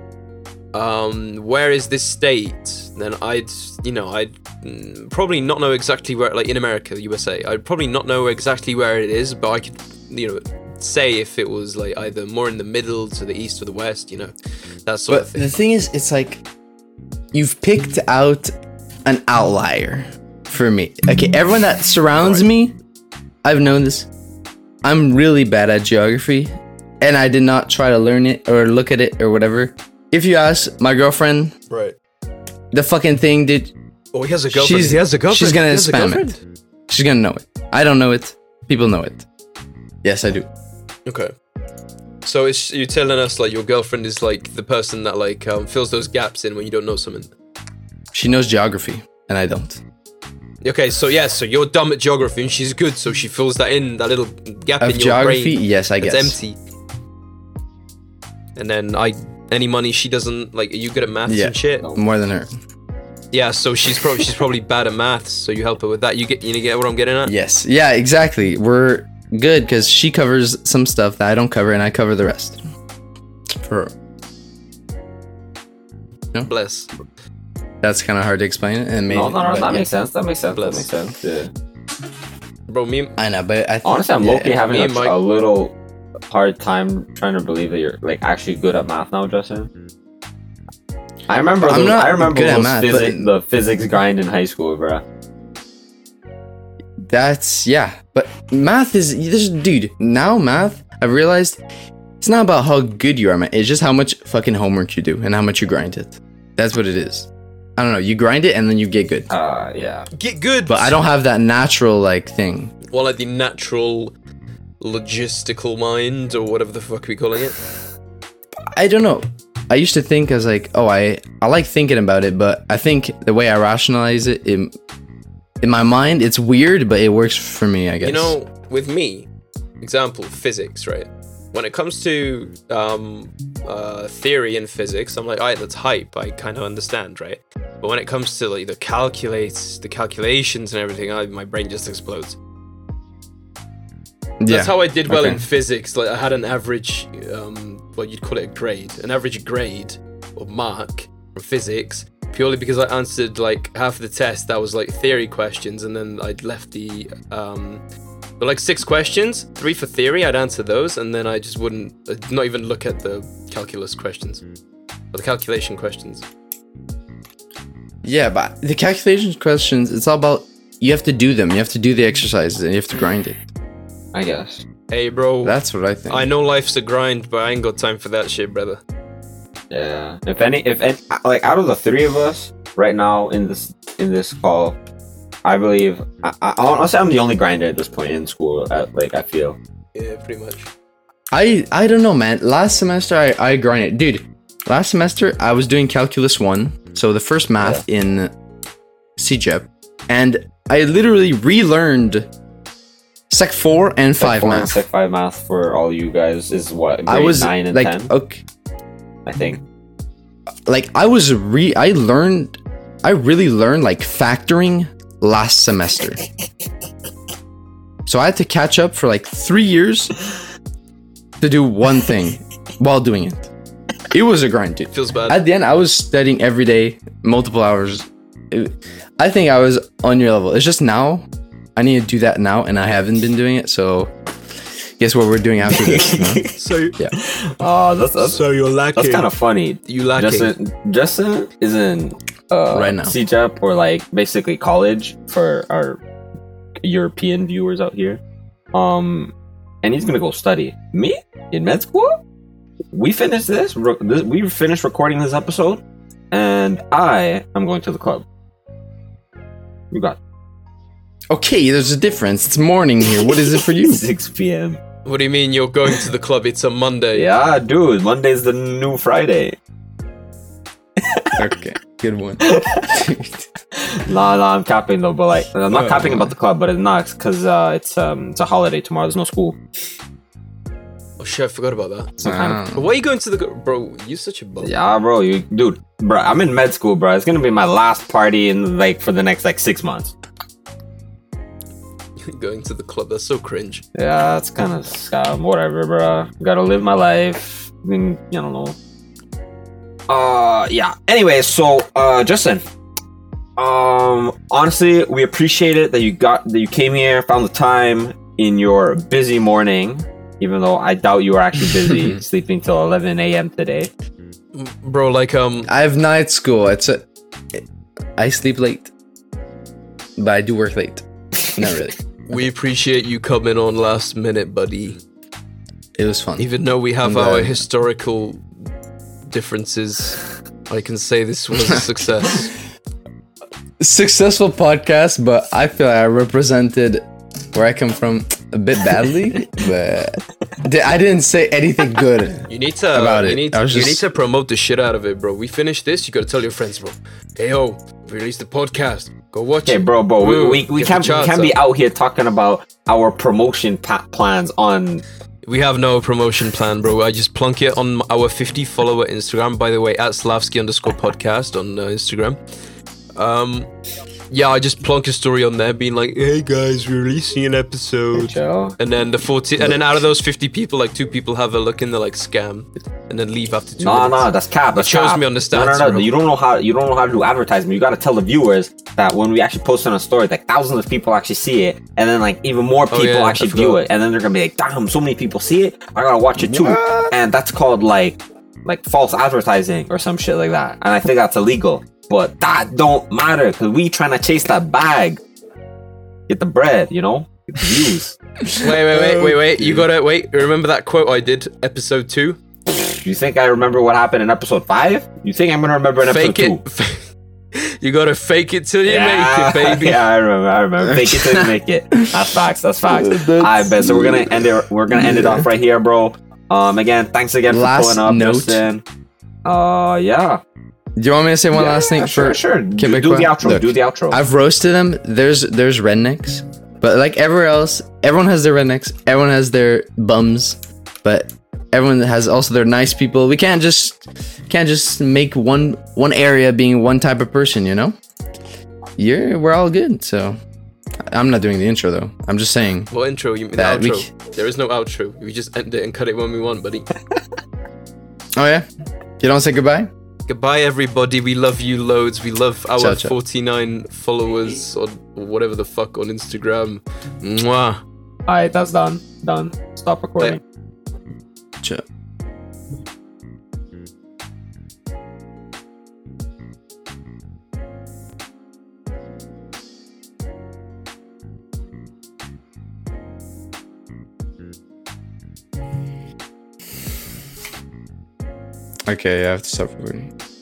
S2: um, where is this state?" then I'd, you know, I'd mm, probably not know exactly where, like in America, USA, I'd probably not know exactly where it is, but I could, you know, say if it was like either more in the middle to the east or the west, you know, that sort
S3: But
S2: of
S3: the
S2: thing.
S3: thing is, it's like you've picked out an outlier for me. Okay, everyone that surrounds me, I've known this. I'm really bad at geography, and I did not try to learn it or look at it or whatever. If you ask my girlfriend,
S2: Right.
S3: the fucking thing did
S2: Oh, he has a
S3: She's-
S2: girlfriend. he has a girlfriend.
S3: she's gonna
S2: he has a
S3: spam it.
S2: girlfriend?
S3: She's gonna know it. I don't know it. People know it. Yes, I do.
S2: Okay. So it's you're telling us like your girlfriend is like the person that like um, fills those gaps in when you don't know something.
S3: She knows geography, and I don't.
S2: Okay, so yeah, so you're dumb at geography and she's good, so she fills that in, that little gap
S3: Of
S2: in your
S3: geography,
S2: brain.
S3: yes, I
S2: It's
S3: guess.
S2: empty. And then I any money she doesn't like are you good at maths
S3: Yeah.
S2: and shit?
S3: More than her.
S2: Yeah, so she's probably she's probably bad at maths, so you help her with that. You get you get what I'm getting at?
S3: Yes. Yeah, exactly. We're good because she covers some stuff that I don't cover, and I cover the rest. For her.
S2: Bless.
S3: That's kind of hard to explain, and maybe.
S1: No, no, no,
S3: but
S1: that
S3: yeah.
S1: makes sense. That makes sense.
S2: Bless.
S1: That makes sense. Yeah.
S2: Bro, me
S3: I know, but I th-
S1: Honestly, I'm
S3: yeah.
S1: low-key having
S2: me
S1: a,
S2: and Mike-
S1: a little hard time trying to believe that you're like actually good at math now, Justin. I remember.
S3: I'm
S1: Those,
S3: not
S1: I remember
S3: good at
S1: those
S3: math,
S1: physi-
S3: but-
S1: the physics grind in high school, bro.
S3: That's yeah, but math is this dude. Now math, I've realized it's not about how good you are, man. It's just how much fucking homework you do and how much you grind it. That's what it is. I don't know. You grind it and then you get good.
S1: Uh, yeah.
S2: get good.
S3: But I don't have that natural like thing.
S2: well like the natural logistical mind or whatever the fuck we calling it.
S3: I don't know. I used to think as like, oh, I I like thinking about it, but I think the way I rationalize it, it in my mind, it's weird, but it works for me. I guess.
S2: You know, with me, example, physics, right? When it comes to um, uh, theory in physics, I'm like, all right, that's hype. I kind of understand, right? But when it comes to like the calculates, the calculations and everything, I, my brain just explodes.
S3: yeah.
S2: That's how I did well in
S3: okay.
S2: physics. Like I had an average, um, well, you'd call it a grade, an average grade or mark from physics, purely because I answered like half of the test that was like theory questions, and then I'd left the um, But like six questions, three for theory, I'd answer those, and then I just wouldn't, I'd not even look at the calculus questions or the calculation questions.
S3: Yeah, but the calculations questions, it's all about you have to do them. You have to do the exercises and you have to grind it.
S1: I guess.
S2: Hey, bro,
S3: That's what I think.
S2: I know life's a grind, but I ain't got time for that shit, brother.
S1: Yeah. If any, if any, like out of the three of us right now in this in this call, I believe I, I honestly I'm the only grinder at this point in school. At, like I feel.
S2: Yeah, pretty much.
S3: I I don't know, man. Last semester I I grinded, dude. Last semester I was doing calculus one, so the first math in CJEP, and I literally relearned sec four and
S1: Sec
S3: five
S1: four and
S3: math.
S1: Sec five math for all you guys is what grade
S3: I was
S1: nine and
S3: like,
S1: ten,
S3: okay,
S1: I think.
S3: like I was re. I learned, I really learned like factoring last semester. so I had to catch up for like three years to do one thing while doing it. It was a grind, dude.
S2: Feels bad.
S3: at the end, I was studying every day, multiple hours. It- I think I was on your level. It's just now, I need to do that now, and I haven't been doing it. So, guess what we're doing after this? you know?
S2: so,
S3: Yeah.
S1: Oh, that's that's,
S2: so you're lacking.
S1: that's kind of funny.
S2: you lacking.
S1: Justin Justin is in uh,
S3: Right now.
S1: CJEP or like basically college for our European viewers out here. Um, and he's gonna go study. Me in med school. We finish this. Re- this we finished recording this episode, and I am going to the club. You got
S3: Okay, there's a difference. It's morning here. What is it for you?
S1: 6 p.m.
S2: What do you mean you're going to the club? It's a Monday.
S1: Yeah, dude. Monday's the new Friday.
S3: okay, good one.
S1: Nah, nah, I'm capping though, but like, I'm not
S3: Oh.
S1: capping about the club, but it's not because uh, it's um, it's a holiday tomorrow. There's no school.
S2: Oh shit, I forgot about that.
S1: Sometime.
S2: But why are you going to the gr- bro? You such a bum.
S1: Yeah, bro, you dude, bro. I'm in med school, bro. It's gonna be my last party in like for the next like six months.
S2: going to the club. That's so cringe.
S1: Yeah, it's kind of scum. Whatever, bro. Gotta live my life. I mean, I don't know. Uh, yeah. Anyway, so uh, Justin. Um, honestly, we appreciate it that you got that you came here, found the time in your busy morning. Even though I doubt you were actually busy, sleeping till 11 a.m. today.
S2: M- Bro, like um
S3: I have night school. It's a. I sleep late, but I do work late. Not really.
S2: we appreciate you coming on last minute, buddy.
S3: It was fun.
S2: Even though we have
S3: I'm
S2: our
S3: glad.
S2: historical differences, I can say this was a success.
S3: successful podcast, but I feel like I represented where I come from a bit badly. but di- I didn't say anything good.
S2: You need to
S3: About
S2: you
S3: it.
S2: need
S3: I was
S2: you need
S3: just-
S2: to promote the shit out of it, bro. We finish this, you gotta tell your friends, bro. Hey yo, we released the podcast. Go watch
S1: Okay,
S2: it.
S1: bro, bro, we,
S2: Woo,
S1: we, we
S2: get the
S1: can't, we
S2: charts
S1: can't be
S2: up.
S1: out here talking about our promotion pa- plans on.
S2: We have no promotion plan, bro. I just plunk it on our 50 follower Instagram, by the way, at Slavsky underscore podcast on uh, Instagram. Um, yeah, I just plunk a story on there, being like, "Hey guys, we're releasing an episode,"
S1: Joe.
S2: and then the 40, and then out of those 50 people, like two people have a look and they're like, "Scam," and then leave after two.
S1: No,
S2: minutes.
S1: no, that's cap. That's
S2: shows
S1: cap.
S2: me on the
S1: No,
S2: stats,
S1: no, no.
S2: bro.
S1: You don't know how you don't know how to do advertisement. You gotta tell the viewers that when we actually post it on a story, like thousands of people actually see it, and then like even more people
S2: Oh, yeah, I
S1: actually view
S2: forgot.
S1: it, and then they're gonna be like, "Damn, so many people see it. I gotta watch it too."
S3: What?
S1: And that's called like like false advertising or some shit like that. And I think that's illegal. But that don't matter because we trying to chase that bag, get the bread, you know, get the views.
S2: Wait, wait, wait, wait, wait. You gotta wait. Remember that quote I did, episode two.
S1: You think I remember what happened in episode five? You think I'm gonna remember in episode
S2: Fake
S1: two?
S2: it. you gotta fake it till you make it, baby.
S1: Yeah, I remember. I remember. Fake it till you make it. That's facts. That's facts. I bet. So we're gonna end it. We're gonna end it off right here, bro. Um, again, thanks again
S3: Last
S1: for pulling up,
S3: note.
S1: Justin. Uh, yeah.
S3: Do you want me to say one
S1: Yeah,
S3: last thing?
S1: Sure,
S3: for-
S1: sure. Do, do
S3: Quebecois?
S1: the outro.
S3: Look,
S1: do the outro.
S3: I've roasted them. There's there's rednecks, but like everywhere else, everyone has their rednecks. Everyone has their bums, but everyone has also their nice people. We can't just can't just make one one area being one type of person. You know, you're we're all good. So I'm not doing the intro though. I'm just saying.
S2: What intro? You mean
S3: That we
S2: outro? There is no outro. We just end it and cut it when we want, buddy.
S3: Oh yeah, you don't say goodbye.
S2: Goodbye, everybody. We love you loads. We love our
S3: Ciao, ciao.
S2: 49 followers or whatever the fuck on Instagram. Mwah.
S1: All right, that's done. Done. Stop recording.
S3: Sure. Okay, I have to stop recording.